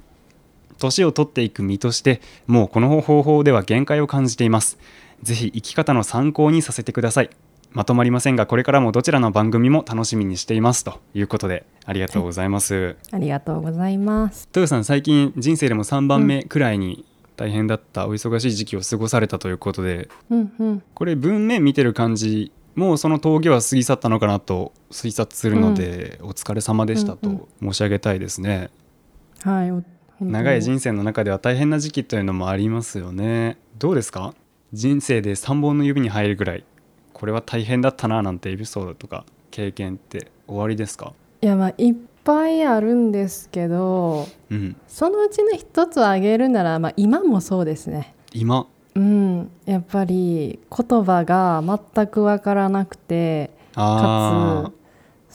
S2: 年を取っていく身としてもうこの方法では限界を感じていますぜひ生き方の参考にさせてくださいまとまりませんがこれからもどちらの番組も楽しみにしていますということでありがとうございます、
S3: ありがとうございます
S2: 豊さん最近人生でも3番目くらいに大変だった、お忙しい時期を過ごされたということで
S3: うんうん
S2: これ文面見てる感じもうその峠は過ぎ去ったのかなと推察するので、お疲れ様でした
S3: うんうん
S2: と申し上げたいですね、
S3: はいお本当に
S2: 長い人生の中では大変な時期というのもありますよねどうですか人生で3本の指に入るぐらいこれは大変だったななんてエピソードとか経験って終わりですか
S3: いやまあいっぱいあるんですけど
S2: うん
S3: そのうちの一つ挙げるなら、まあ、今もそうですね
S2: 今
S3: うんやっぱり言葉が全くわからなくてか
S2: あ
S3: つ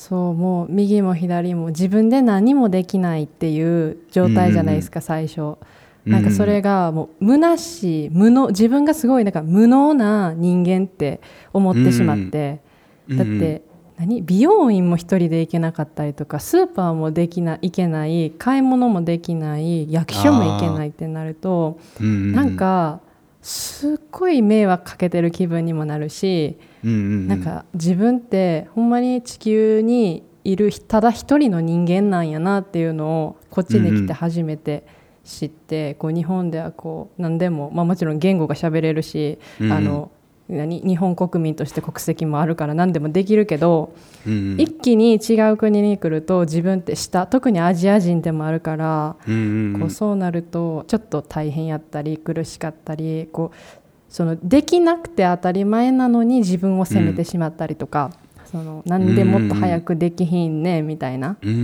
S3: そうもう右も左も自分で何もできないっていう状態じゃないですか、最初
S2: ー
S3: なんかそれがもう虚しい無能自分がすごいなんか無能な人間って思ってしまって、
S2: うん
S3: だっ
S2: うん
S3: て何美容院も一人で行けなかったりとかスーパーもできない行けない買い物もできない役所も行けないってなると
S2: うんうんうん
S3: なんかすっごい迷惑かけてる気分にもなるし、
S2: うんうんうん
S3: なんか自分ってほんまに地球にいるただ一人の人間なんやなっていうのをこっちに来て初めて知って、こう日本ではこう何でも、まあ、もちろん言語が喋れるし、
S2: うん
S3: あの何日本国民として国籍もあるから何でもできるけど、
S2: うんうん
S3: 一気に違う国に来ると自分って下特にアジア人でもあるから、
S2: うんうんう
S3: こ
S2: ん
S3: うそうなるとちょっと大変やったり苦しかったりこうそのできなくて当たり前なのに自分を責めてしまったりとか、そのなんでもっと早くできひんねみたいな
S2: うんう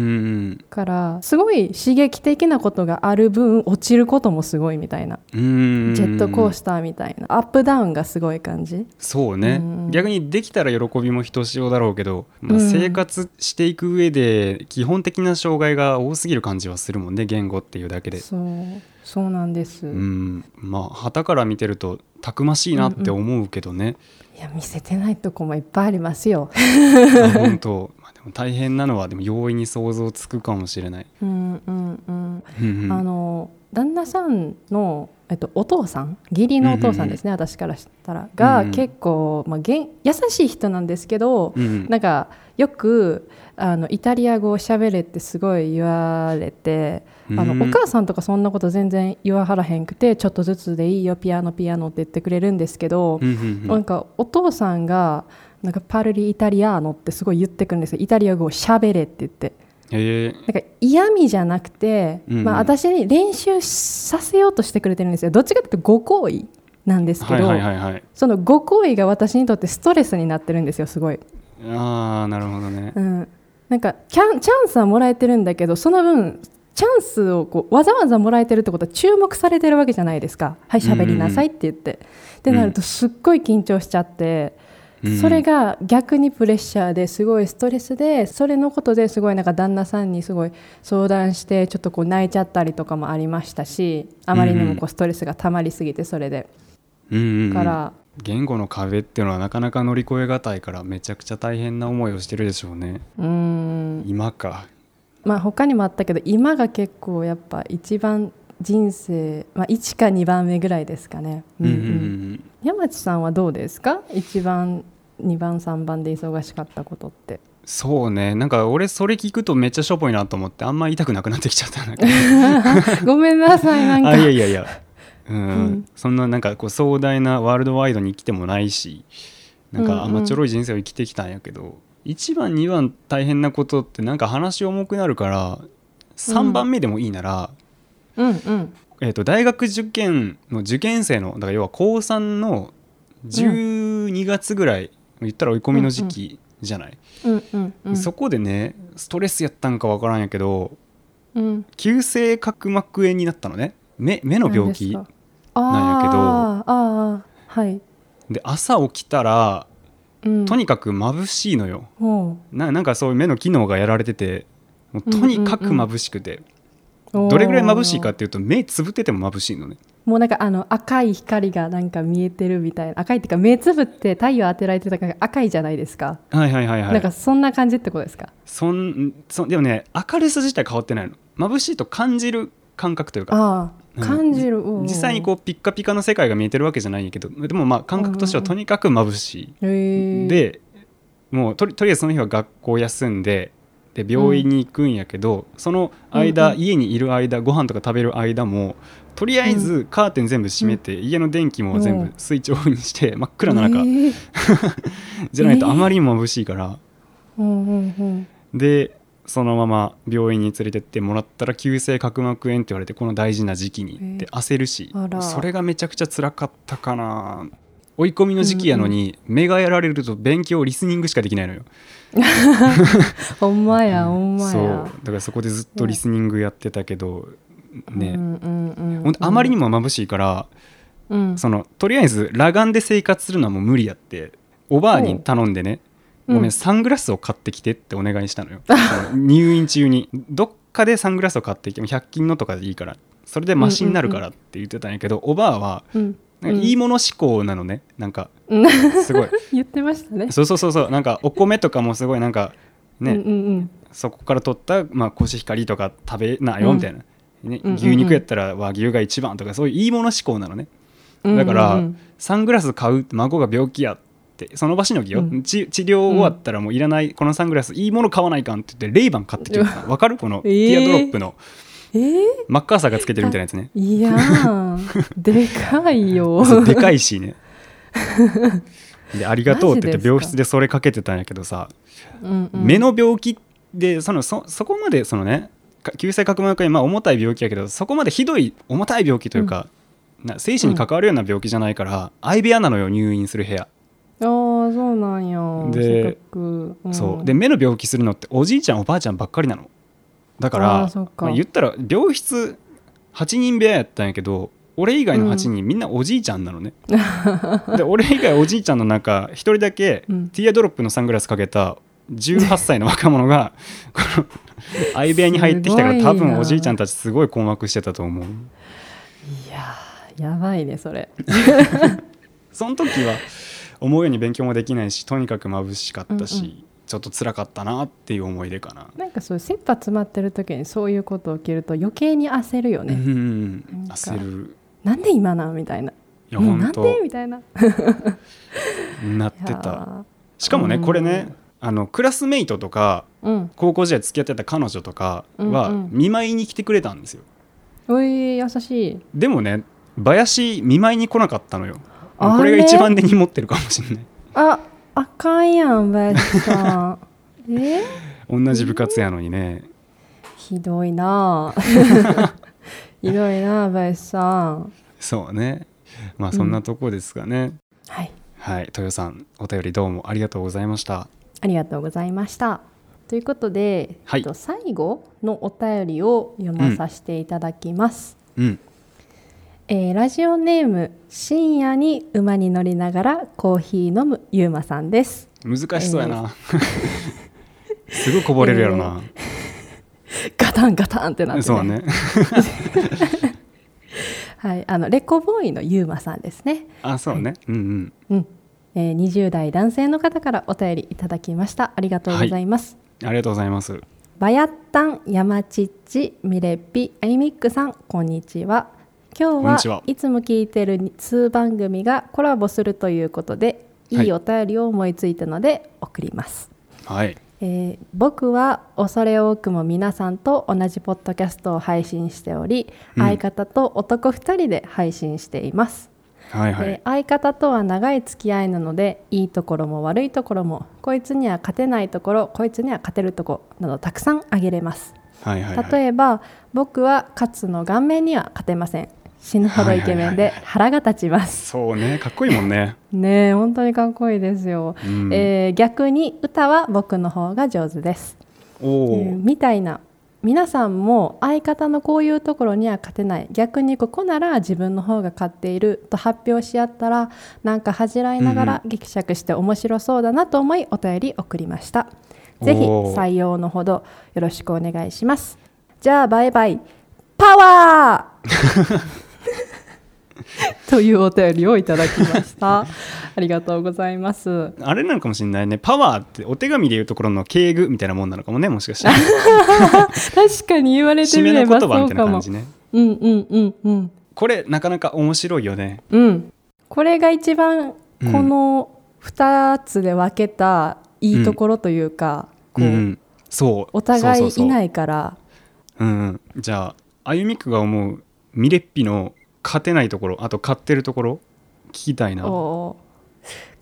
S2: ん
S3: からすごい刺激的なことがある分落ちることもすごいみたいな
S2: うん
S3: ジェットコースターみたいなアップダウンがすごい感じ
S2: そうね、
S3: うん
S2: 逆にできたら喜びもひとしおだろうけど、まあ、
S3: うん
S2: 生活していく上で基本的な障害が多すぎる感じはするもんね言語っていうだけで。
S3: そうそうなんです、
S2: うん、まあ旗から見てるとたくましいなって思うけど ね、
S3: いや見せてないとこもいっぱいありますよ、
S2: まあ本当、まあ、でも大変なのはでも容易に想像つくかもしれない。
S3: うんうんうん、
S2: うんうん
S3: あの旦那さんの、えっと、お父さん義理のお父さんですね、私からしたらが、
S2: うんうん
S3: 結構、まあ、げん優しい人なんですけど、
S2: うん
S3: なんかよくあのイタリア語を喋れってすごい言われて、あ
S2: うん
S3: のお母さんとかそんなこと全然言わはらへんくてちょっとずつでいいよピアノピアノって言ってくれるんですけど、
S2: うんうんう
S3: なん
S2: ん
S3: かお父さんがなんかパルリイタリアーノってすごい言ってくるんですよイタリア語を喋れって言って
S2: へえ
S3: なんか嫌味じゃなくて、
S2: うん
S3: まあ、私に練習させようとしてくれてるんですよどっちかというとご好意なんですけ
S2: はい
S3: ど、
S2: はいはいはい
S3: そのご好意が私にとってストレスになってるんですよすごい、
S2: ああなるほどね
S3: うん、なんかキャンチャンスはもらえてるんだけどその分チャンスをこうわざわざもらえてるってことは注目されてるわけじゃないですかはい喋りなさいって言って、ってなるとすっごい緊張しちゃって、
S2: うん
S3: それが逆にプレッシャーですごいストレスでそれのことですごいなんか旦那さんにすごい相談してちょっとこう泣いちゃったりとかもありましたしあまりにもこうストレスが溜まりすぎてそれで、
S2: うんうんうん
S3: から
S2: 言語の壁っていうのはなかなか乗り越えがたいからめちゃくちゃ大変な思いをしてるでしょうね
S3: うーん
S2: 今か
S3: まあ他にもあったけど今が結構やっぱ一番人生、まあ、1か2番目ぐらいですかね、
S2: うんうんう
S3: うんうん
S2: ん
S3: 山地さんはどうですか1番2番3番で忙しかったことって
S2: そうねなんか俺それ聞くとめっちゃしょぼいなと思ってあんま言いたくなくなってきちゃったんだけど
S3: ごめんなさいなんか
S2: あいやいやい やうん、
S3: うん
S2: そんななんかこう壮大なワールドワイドに生きてもないしなん
S3: うんうん
S2: か甘ちょろい人生を生きてきたんやけど、1番2番大変なことってなんか話重くなるから3番目でもいいなら、
S3: うんうん
S2: えー、と大学受験の受験生のだから要は高3の12月ぐらい、言ったら追い込みの時期じゃない、
S3: うんうんうん
S2: そこでねストレスやったんかわからんやけど
S3: うん
S2: 急性角膜炎になったのね目目の病気
S3: なん
S2: で
S3: ですかあ
S2: なんやけど
S3: ーあーはい、
S2: 朝起きたら
S3: うん、
S2: とにかく眩しいのよ、
S3: ほ
S2: ななんかそういう目の機能がやられててもうとにかく眩しくて、
S3: うおー
S2: どれぐらい眩しいかっていうと目つぶってても眩しいのね
S3: もうなんかあの赤い光がなんか見えてるみたいな赤いっていうか目つぶって太陽当てられてたから赤いじゃないですか、
S2: はいはいはいはい
S3: なんかそんな感じってことですか
S2: そんそんでもね明るさ自体変わってないの眩しいと感じる感覚というか
S3: あ
S2: うん
S3: あ感じる、
S2: 実際にこうピッカピカの世界が見えてるわけじゃないんやけどでもまあ感覚としてはとにかく眩し
S3: うへ
S2: い
S3: え
S2: でもうとりとりあえずその日は学校休んでで病院に行くんやけど、その間、
S3: うんうん
S2: 家にいる間ご飯とか食べる間もとりあえずカーテン全部閉めて、家の電気も全
S3: う
S2: 部
S3: ん
S2: スイッチオフにして真っ暗な中、
S3: へえ
S2: じゃないとあまりにも眩しいから。
S3: うんうんうん
S2: でそのまま病院に連れてってもらったら急性角膜炎って言われてこの大事な時期
S3: えー
S2: にって焦るし
S3: あら
S2: それがめちゃくちゃ辛かったかな追い込みの時期やのに目がやられると勉強リスニングしかできないのよ
S3: ほんまやほんまや
S2: そうだからそこでずっとリスニングやってたけど
S3: う
S2: ね
S3: んうんうん
S2: ほんとあまりにも眩しいから
S3: うん
S2: そのとりあえず裸眼で生活するのはもう無理やっておばあに頼んでね
S3: うん
S2: ごめんサングラスを買ってきてってお願いしたの よその入院中にどっかでサングラスを買ってきても100均のとかでいいからそれでマシになるからって言ってたんやけど、おばあは
S3: うん
S2: なんかいいもの志向なのねなんか
S3: うん
S2: すごい
S3: 言ってましたね
S2: そうそうそうそうなんかお米とかもすごいなんかね、
S3: うんうんうん
S2: そこから取った、まあ、コシヒカリとか食べなよみたいな、ね
S3: うんうんうん
S2: 牛肉やったら和牛が一番とかそういういいもの志向なのね
S3: うんうん
S2: だ
S3: うん
S2: から、サングラス買う孫が病気やってその場しのぎよ、
S3: うん
S2: ち治療終わったらもういらないこのサングラスいいもの買わないかんって言ってレイバン買ってきてわかるこの
S3: え
S2: ティ
S3: ー
S2: アドロップの
S3: えー、
S2: マッカーサーがつけてるみたいなやつ ね、
S3: いや ーでかいよ
S2: そうでかいし ねでありがとうって言って
S3: マジですか
S2: 病室でそれかけてたんやけどさ、
S3: うんうん
S2: 目の病気でそのそそこまでそのねか急性角膜炎、まあ、重たい病気やけどそこまでひどい重たい病気というか、な精神に関わるような病気じゃないから、相部屋なのよ入院する部屋
S3: ああそうなんや
S2: で
S3: せっかく、ん
S2: そうで目の病気するのっておじいちゃんおばあちゃんばっかりなのだから
S3: あーそうか
S2: まあ言ったら病室8人部屋やったんやけど俺以外の8人、みんなおじいちゃんな のねで俺以外おじいちゃんの中1人だけ、
S3: うん
S2: ティアドロップのサングラスかけた18歳の若者がこの相部屋に入ってきたから
S3: すごいな
S2: 多分おじいちゃんたちすごい困惑してたと思う
S3: いやーやばいねそれ
S2: その時は思うように勉強もできないしとにかく眩しかったし、
S3: うんう
S2: ちょっと辛かったなっていう思い出かな
S3: なんかそういう切羽詰まってる時にそういうことを起きると余計に焦るよ
S2: う
S3: ね、
S2: ん
S3: なんか
S2: 焦る
S3: なんで今なんみたいない
S2: や
S3: もうな
S2: 本
S3: ん
S2: 当
S3: でみたいな
S2: なって
S3: いや
S2: た
S3: ー
S2: しかもね
S3: うん
S2: これねあのクラスメイトとか
S3: うん
S2: 高校時代付き合ってた彼女とか
S3: う
S2: は
S3: んうん
S2: 見舞いに来てくれたんですよ
S3: おい優しい
S2: でもね林見舞いに来なかったのよ
S3: あれ
S2: これが一番根に持ってるかもしれない
S3: ああかんやん林さ んえ
S2: 同じ部活やのにね
S3: ひど いなあひどいなあ林さん
S2: そうねまあそんなとこですかね、
S3: はい
S2: はい豊さんお便りどうもありがとうございました
S3: ありがとうございました。ということで、
S2: はい
S3: えっと最後のお便りを読まさせていただきます。
S2: うん
S3: えーラジオネーム深夜に馬に乗りながらコーヒー飲むゆうまさんです。
S2: 難しそうやな、 すぐこぼれるやろな、
S3: ガタンガタンってなって、
S2: そうだね
S3: はい、あのレコボーイのゆうまさんですね。
S2: あそうね、うんうん
S3: うん。えー、20代男性の方からお便りいただきました。ありがとうございます。
S2: ありがとうございます
S3: バヤッタン、ヤマチッチ、ミレッピ、アイミックさん、こんにちは。今
S2: こんに
S3: 日
S2: ちは
S3: はいつも聞いてる数番組がコラボするということで、
S2: はい
S3: いいお便りを思いついたので送ります。
S2: はい
S3: えー僕は恐れ多くも皆さんと同じポッドキャストを配信しており、
S2: うん
S3: 相方と男2人で配信しています。
S2: はいはい、
S3: えー相方とは長い付き合いなのでいいところも悪いところもこいつには勝てないところこいつには勝てるところなどたくさん挙げれます、
S2: はいはい、はい、
S3: 例えば僕は勝つの顔面には勝てません死ぬほどイケメンで腹が立ちます、
S2: そうねかっこいいもん ね、
S3: ねえ本当にかっこいいですよ、
S2: うん
S3: えー逆に歌は僕の方が上手です
S2: お
S3: えー
S2: お
S3: みたいな皆さんも相方のこういうところには勝てない逆にここなら自分の方が勝っていると発表し合ったらなんか恥じらいながらぎくしゃくして面白そうだなと思いお便り送りました、ぜひ
S2: おー
S3: 採用のほどよろしくお願いしますじゃあバイバイパワ ーというお便りをいただきま したありがとうございます
S2: あれなのかもしれないねパワーってお手紙でいうところの敬具みたいなもんなのかもねもしかして
S3: 確かに言われて
S2: 締
S3: み
S2: め
S3: れ
S2: の
S3: ばそ
S2: 言
S3: うか
S2: 葉
S3: も
S2: みたいな感じね
S3: うんうんうんうん
S2: これなかなか面白いよね
S3: うん、これが一番
S2: うん
S3: この2つで分けたいいところというか、
S2: う
S3: こう、
S2: んそう
S3: お互
S2: そ
S3: いう
S2: そうそう
S3: いないから
S2: うんうんじゃああゆみくが思うミレッピの勝てないところあと勝ってるところ聞きたいな
S3: おー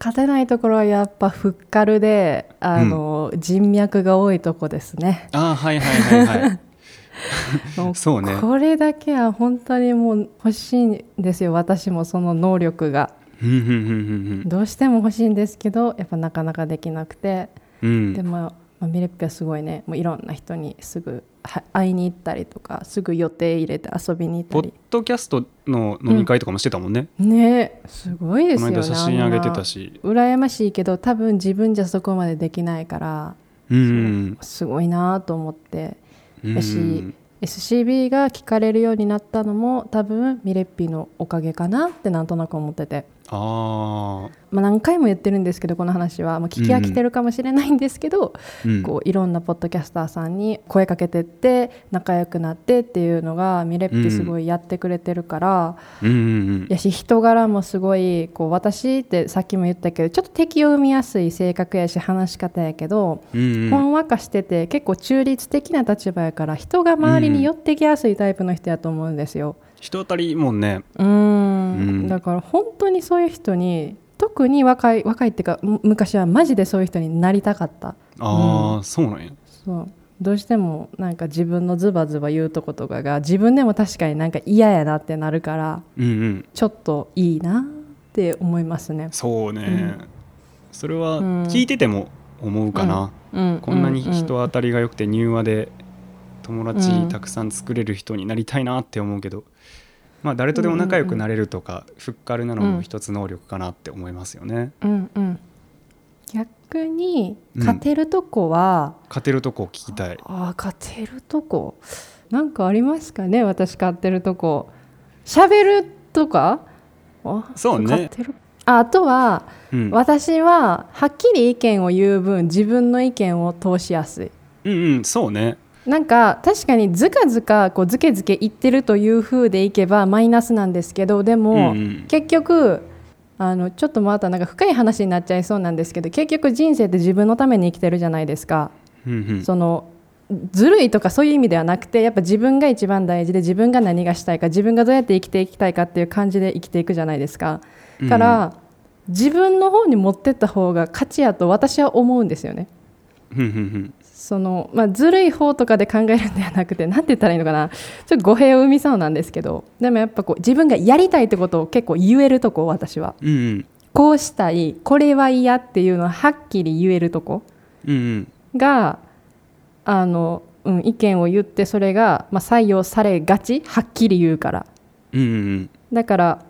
S3: 勝てないところはやっぱふっかるであの、人脈が多いとこですね。
S2: あーはいはいはいは い
S3: もう
S2: そうね
S3: これだけは本当にもう欲しいんですよ私もその能力が
S2: うんうんうん
S3: どうしても欲しいんですけどやっぱなかなかできなくて
S2: うんうんう
S3: で
S2: ん
S3: も、まあ、ミレッピはすごいねもういろんな人にすぐは会いに行ったりとかすぐ予定入れて遊びに行
S2: ポ
S3: った
S2: ッ
S3: り
S2: ドキャストの飲み会とかもしてたもんね、
S3: ねえすごいです
S2: こ
S3: よ
S2: の
S3: ね
S2: 間写真あげてた
S3: し
S2: し
S3: 羨ましいけど多分自分じゃそこまでできないから
S2: うんうん
S3: すごいなと思って
S2: うん
S3: や
S2: う
S3: し
S2: ん
S3: SCB が聞かれるようになったのも多分ミレッピのおかげかなってなんとなく思ってて。
S2: ああ
S3: まあ、何回も言ってるんですけどこの話は、まあ、聞き飽きてるかもしれないんですけど、
S2: うん
S3: こういろんなポッドキャスターさんに声かけてって仲良くなってっていうのがミレッピすごいやってくれてるから、
S2: うんうんうん
S3: やし人柄もすごいこう私ってさっきも言ったけどちょっと敵を生みやすい性格やし話し方やけど、
S2: うん
S3: ほ
S2: うん
S3: んわかしてて結構中立的な立場やから人が周りに寄ってきやすいタイプの人やと思うんですよ。
S2: 人当たりいいもんね
S3: うー
S2: うんん
S3: だから本当にそういう人に特に若い若いっていうかむ昔はマジでそういう人になりたかった
S2: ああ、そうなんや
S3: そうどうしてもなんか自分のズバズバ言うとことかが自分でも確かになんか嫌やなってなるから
S2: うんうん
S3: ちょっといいなって思いますね
S2: そうね、それは
S3: うん
S2: 聞いてても思うかな、
S3: うん
S2: こんなに
S3: うう
S2: 人当たりが良くて柔和で友達たくさん作れる人になりたいなって思うけど、まあ、誰とでも仲良くなれるとか、フッカルなのも一つ能力かなって思いますよね。
S3: うんうん逆に
S2: うん
S3: 勝てるとこは、
S2: 勝てるとこ聞きたい。
S3: ああ勝てるとこなんかありますかね私勝てるとこ喋るとかあ
S2: そうね
S3: 勝てるああとは、
S2: うん、
S3: 私ははっきり意見を言う分自分の意見を通しやすい
S2: うんうんそうね。
S3: なんか確かにずかずかこうずけずけ言ってるという風でいけばマイナスなんですけどでも、
S2: うんうん
S3: 結局あのちょっとまたなんか深い話になっちゃいそうなんですけど結局人生って自分のために生きてるじゃないですか。
S2: うんうん
S3: そのずるいとかそういう意味ではなくてやっぱ自分が一番大事で自分が何がしたいか自分がどうやって生きていきたいかっていう感じで生きていくじゃないですか
S2: うん
S3: から、自分の方に持ってった方が価値やと私は思うんですよね
S2: うんうん
S3: その、まあ、ずるい方とかで考えるんではなくて何て言ったらいいのかなちょっと語弊を生みそうなんですけどでもやっぱこう自分がやりたいってことを結構言えるとこ私は
S2: うんうんうん
S3: こうしたいこれは嫌っていうのをはっきり言えるとこ
S2: うんうん
S3: があの、うん、意見を言ってそれが、まあ、採用されがちはっきり言うから
S2: うんうん
S3: だから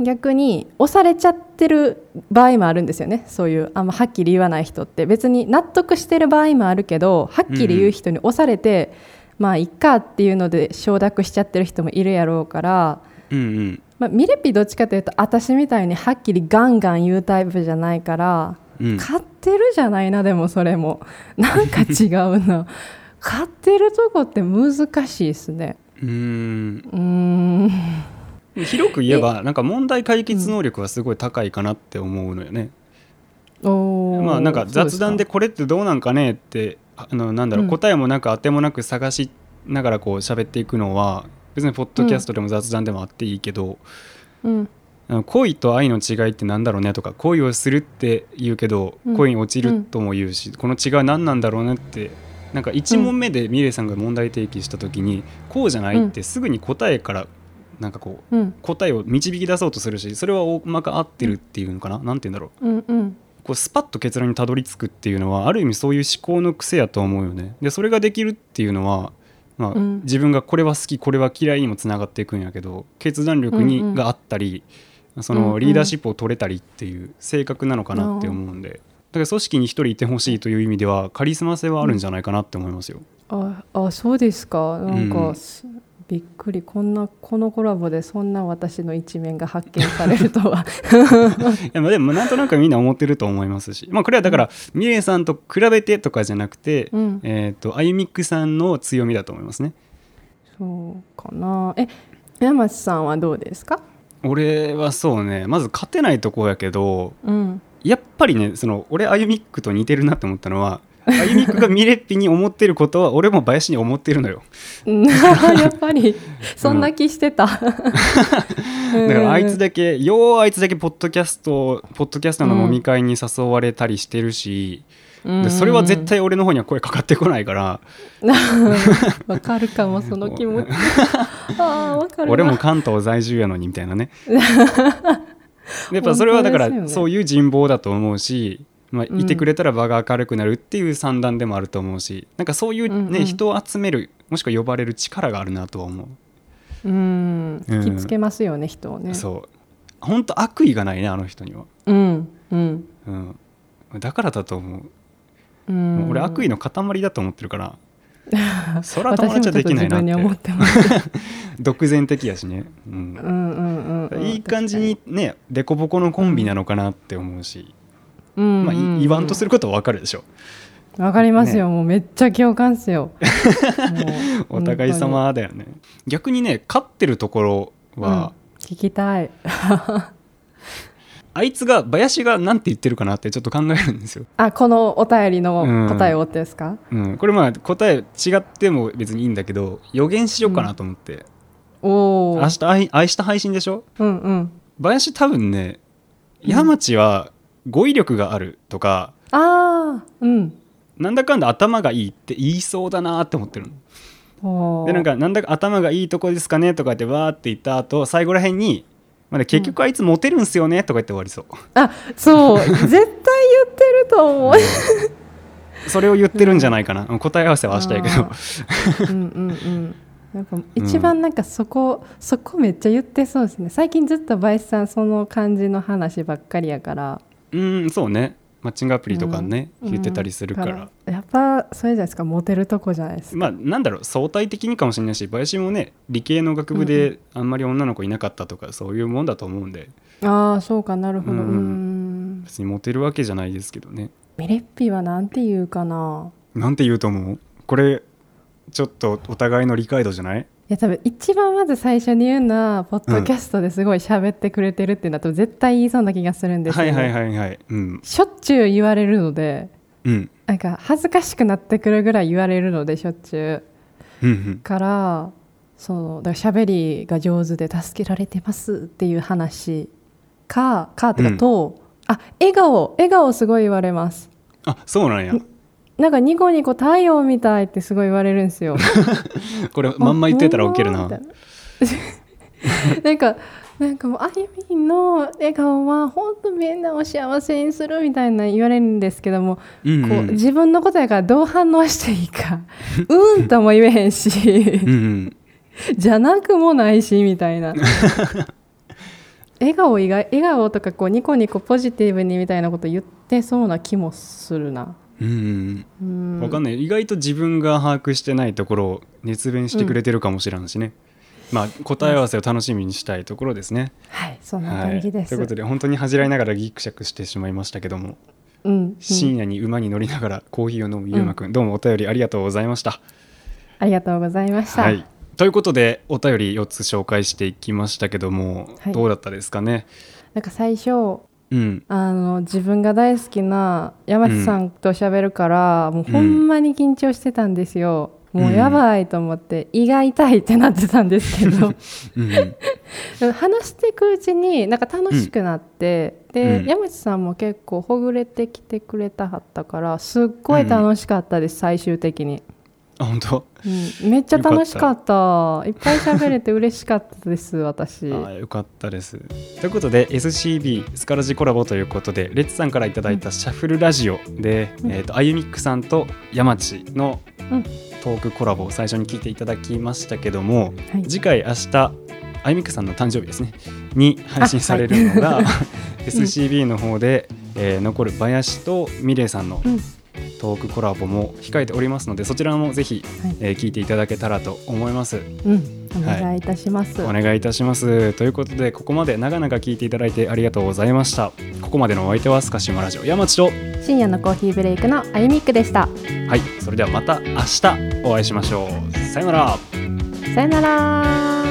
S3: 逆に押されちゃってる場合もあるんですよねそういうあんまはっきり言わない人って別に納得してる場合もあるけどはっきり言う人に押されて、まあいっかっていうので承諾しちゃってる人もいるやろうから。
S2: うんうん
S3: まあ、ミレピどっちかというと私みたいにはっきりガンガン言うタイプじゃないから
S2: うん
S3: 買ってるじゃないなでもそれもなんか違 うな買ってるとこって難しいですね
S2: うん
S3: うーん
S2: 広く言えばなんか問題解決能力はすごい高いかなって思うのよね。
S3: おー
S2: まあなんか雑談で
S3: そ
S2: これってどうなんかねってああのなんだろう、
S3: うん
S2: 答えもなく当てもなく探しながらこう喋っていくのは別にポッドキャストでも雑談でもあっていいけど、
S3: うですか
S2: あの恋と愛の違いってなんだろうねとか恋をするって言うけど、
S3: うん
S2: 恋に落ちるとも言うし、この違いは何なんだろうねってなんか1問目でミレイさんが問題提起した時に、こうじゃないってすぐに答えからなんかこう
S3: うんうん
S2: 答えを導き出そうとするしそれは大まか合ってるっていうのかな、なんて言うんだろう
S3: うんうん
S2: こうスパッと結論にたどり着くっていうのはある意味そういう思考の癖やと思うよねでそれができるっていうのは、まあ
S3: うん
S2: 自分がこれは好きこれは嫌いにもつながっていくんやけど決断力に、
S3: うんうん
S2: があったりそ
S3: うんう
S2: の
S3: ん
S2: リーダーシップを取れたりっていう性格なのかなって思うんで、だから組織に一人いてほしいという意味ではカリスマ性はあるんじゃないかなって思いますよ。
S3: ああそうですかなんか、
S2: うん
S3: すびっくりこんなこのコラボでそんな私の一面が発見されると は
S2: いやまあでもなんとなくみんな思ってると思いますし、まあ、これはだからミレイさんと比べてとかじゃなくて、
S3: うん
S2: えー、とアイミックさんの強みだと思いますね。
S3: そうかなえ山地さんはどうですか
S2: 俺はそうねまず勝てないとこやけど
S3: うん
S2: やっぱりねその俺アユミックと似てるなって思ったのはアユミックがミレッピに思ってることは俺も林に思ってるのよ
S3: うん やっぱりそんな気してた
S2: だ
S3: だ
S2: からあいつだけようあいつだけポッドキャストポッドキャストの飲み会に誘われたりしてるし、でそれは絶対俺の方には声かかってこないから、
S3: わかるかもその気持ちああわかるわ
S2: 俺も関東在住やのにみたいな ねでやっぱそれはだか
S3: 本当ですよ
S2: ら
S3: ね
S2: そういう人望だと思うし、まあ、
S3: うん
S2: いてくれたら場が明るくなるっていう算段でもあると思うしなんかそういう、ね
S3: うんうん
S2: 人を集めるもしくは呼ばれる力があるなとは思う、う
S3: うん
S2: ん
S3: 引きつけますよね人をね
S2: そう本当悪意がないねあの人には、
S3: うんうん
S2: うん、だからだと思う
S3: うん
S2: もう俺悪意の塊だと思ってる からそら友達はできないな
S3: 私もちょっと自分に思
S2: っ
S3: っててます
S2: 独善的やしね、う、
S3: うんんうん うんうん
S2: いい感じにね凸凹のコンビなのかなって思うし、
S3: 確かにうん
S2: まあ、い言わんとす
S3: る
S2: ることはわかるでしょ、
S3: わかりますよもうめっちゃ共感っ すよもう
S2: お互い
S3: 本
S2: 様だよね逆にね勝ってるところ
S3: 当に
S2: は、
S3: うん聞きたい
S2: あいつが林がなんて言ってるかなってちょっと考えるんですよ、
S3: あこのお便りの答えをってですか
S2: うん、これまあ答え違っても別にいいんだけど予言しようかなと思って、
S3: おお
S2: 明日あい明日配信でしょ
S3: うんうん
S2: 林多分ね
S3: うん
S2: 山地は語彙力があるとか、
S3: ああうん
S2: なんだかんだ頭がいいって言いそうだなって思ってるの
S3: おー
S2: でなんかなんだか頭がいいとこですかねとかってわーって言った後最後らへんに、ままあね、結局あいつモテるんすよねとか言って終わりそう、
S3: あ そう絶対言ってると思う。
S2: それを言ってるんじゃないかな、答え合わせはしたいけど
S3: あー うんうんうん。やっぱ一番なんかそこ、そこめっちゃ言ってそうですね。最近ずっと林さんその感じの話ばっかりやから。
S2: うんそうねマッチングアプリとかね、言ってたりするから、
S3: らやっぱそれじゃないですかモテるとこじゃないですか。
S2: まあなんだろう相対的にかもしれないし林もね理系の学部であんまり女の子いなかったとか、そういうもんだと思うんで
S3: ああそうかなるほど。
S2: う
S3: うんん
S2: うん別にモテるわけじゃないですけどね
S3: ミレッピはなんて言うかな。
S2: なんて言うと思うこれちょっとお互いの理解度じゃない
S3: いや多分一番まず最初に言うのはポッドキャストですごい喋ってくれてるっていうのは多分絶対言いそうな気がするんです
S2: は
S3: よ、ね
S2: いはいはいはいうん
S3: しょっちゅう言われるので
S2: うん
S3: なんか恥ずかしくなってくるぐらい言われるのでしょっちゅ
S2: うんう
S3: うんからそうだから喋りが上手で助けられてますっていう話かかとかと、あ笑顔笑顔すごい言われます
S2: あそうなんや
S3: なんかニコニコ太陽みたいってすごい言われるんですよ
S2: これ まんま言ってたらウケる な
S3: あほんまみたいな なんかなんかもうあゆみんの笑顔は本当みんなを幸せにするみたいな言われるんですけども、
S2: うんうん
S3: こう自分のことやからどう反応していいか うーんとも言え
S2: う
S3: へん
S2: んう
S3: し
S2: ん
S3: じゃなくもないしみたい な笑顔以外笑顔とかこうニコニコポジティブにみたいなこと言ってそうな気もするな。
S2: うんうん
S3: う
S2: うん
S3: ん
S2: わかんない意外と自分が把握してないところを熱弁してくれてるかもしれんしね、まあ答え合わせを楽しみにしたいところですね、
S3: はいそんな
S2: は
S3: 感
S2: い、と
S3: じ
S2: い
S3: です。
S2: うことで本当に恥じらいながらギクシャクしてしまいましたけども
S3: うんうん
S2: 深夜に馬に乗りながらコーヒーを飲むゆうまくん、どうもお便りありがとうございました。
S3: ありがとうございました。
S2: はい、ということでお便り4つ紹介していきましたけども、
S3: はい
S2: どうだったですかね
S3: なんか最初
S2: うん
S3: あの自分が大好きな山地さんと喋るから、もうほんまに緊張してたんですよ、
S2: うん
S3: もうやばいと思って胃が痛いってなってたんですけ ど
S2: うんうん
S3: でも話していくうちになんか楽しくなって、で、
S2: うん
S3: 山地さんも結構ほぐれてきてくれたはったからすっごい楽しかったです、最終的に、
S2: あ本当
S3: うん、めっちゃ楽しかったいっぱい喋れて嬉しかったです私
S2: あーよかったです。ということで SCB スカラジコラボということでレッツさんからいただいたシャッフルラジオで、
S3: うん
S2: えー、とあゆみっくさんと山地の
S3: うん
S2: トークコラボを最初に聞いていただきましたけども、
S3: はい
S2: 次回明日あゆみっくさんの誕生日ですねに配信されるのが、
S3: あはい
S2: SCB の方で、えー残る林とミレイさんの
S3: うん
S2: トークコラボも控えておりますのでそちらもぜひ、
S3: はい
S2: えー聞いていただけたらと思います。
S3: うん、お願いいたします、
S2: お願いいたしますということでここまで長々聞いていただいてありがとうございましたここまでのお相手はスカシマラジオ山地と
S3: 深夜のコーヒーブレイクのあゆみっくでした
S2: はいそれではまた明日お会いしましょうさようなら
S3: さよなら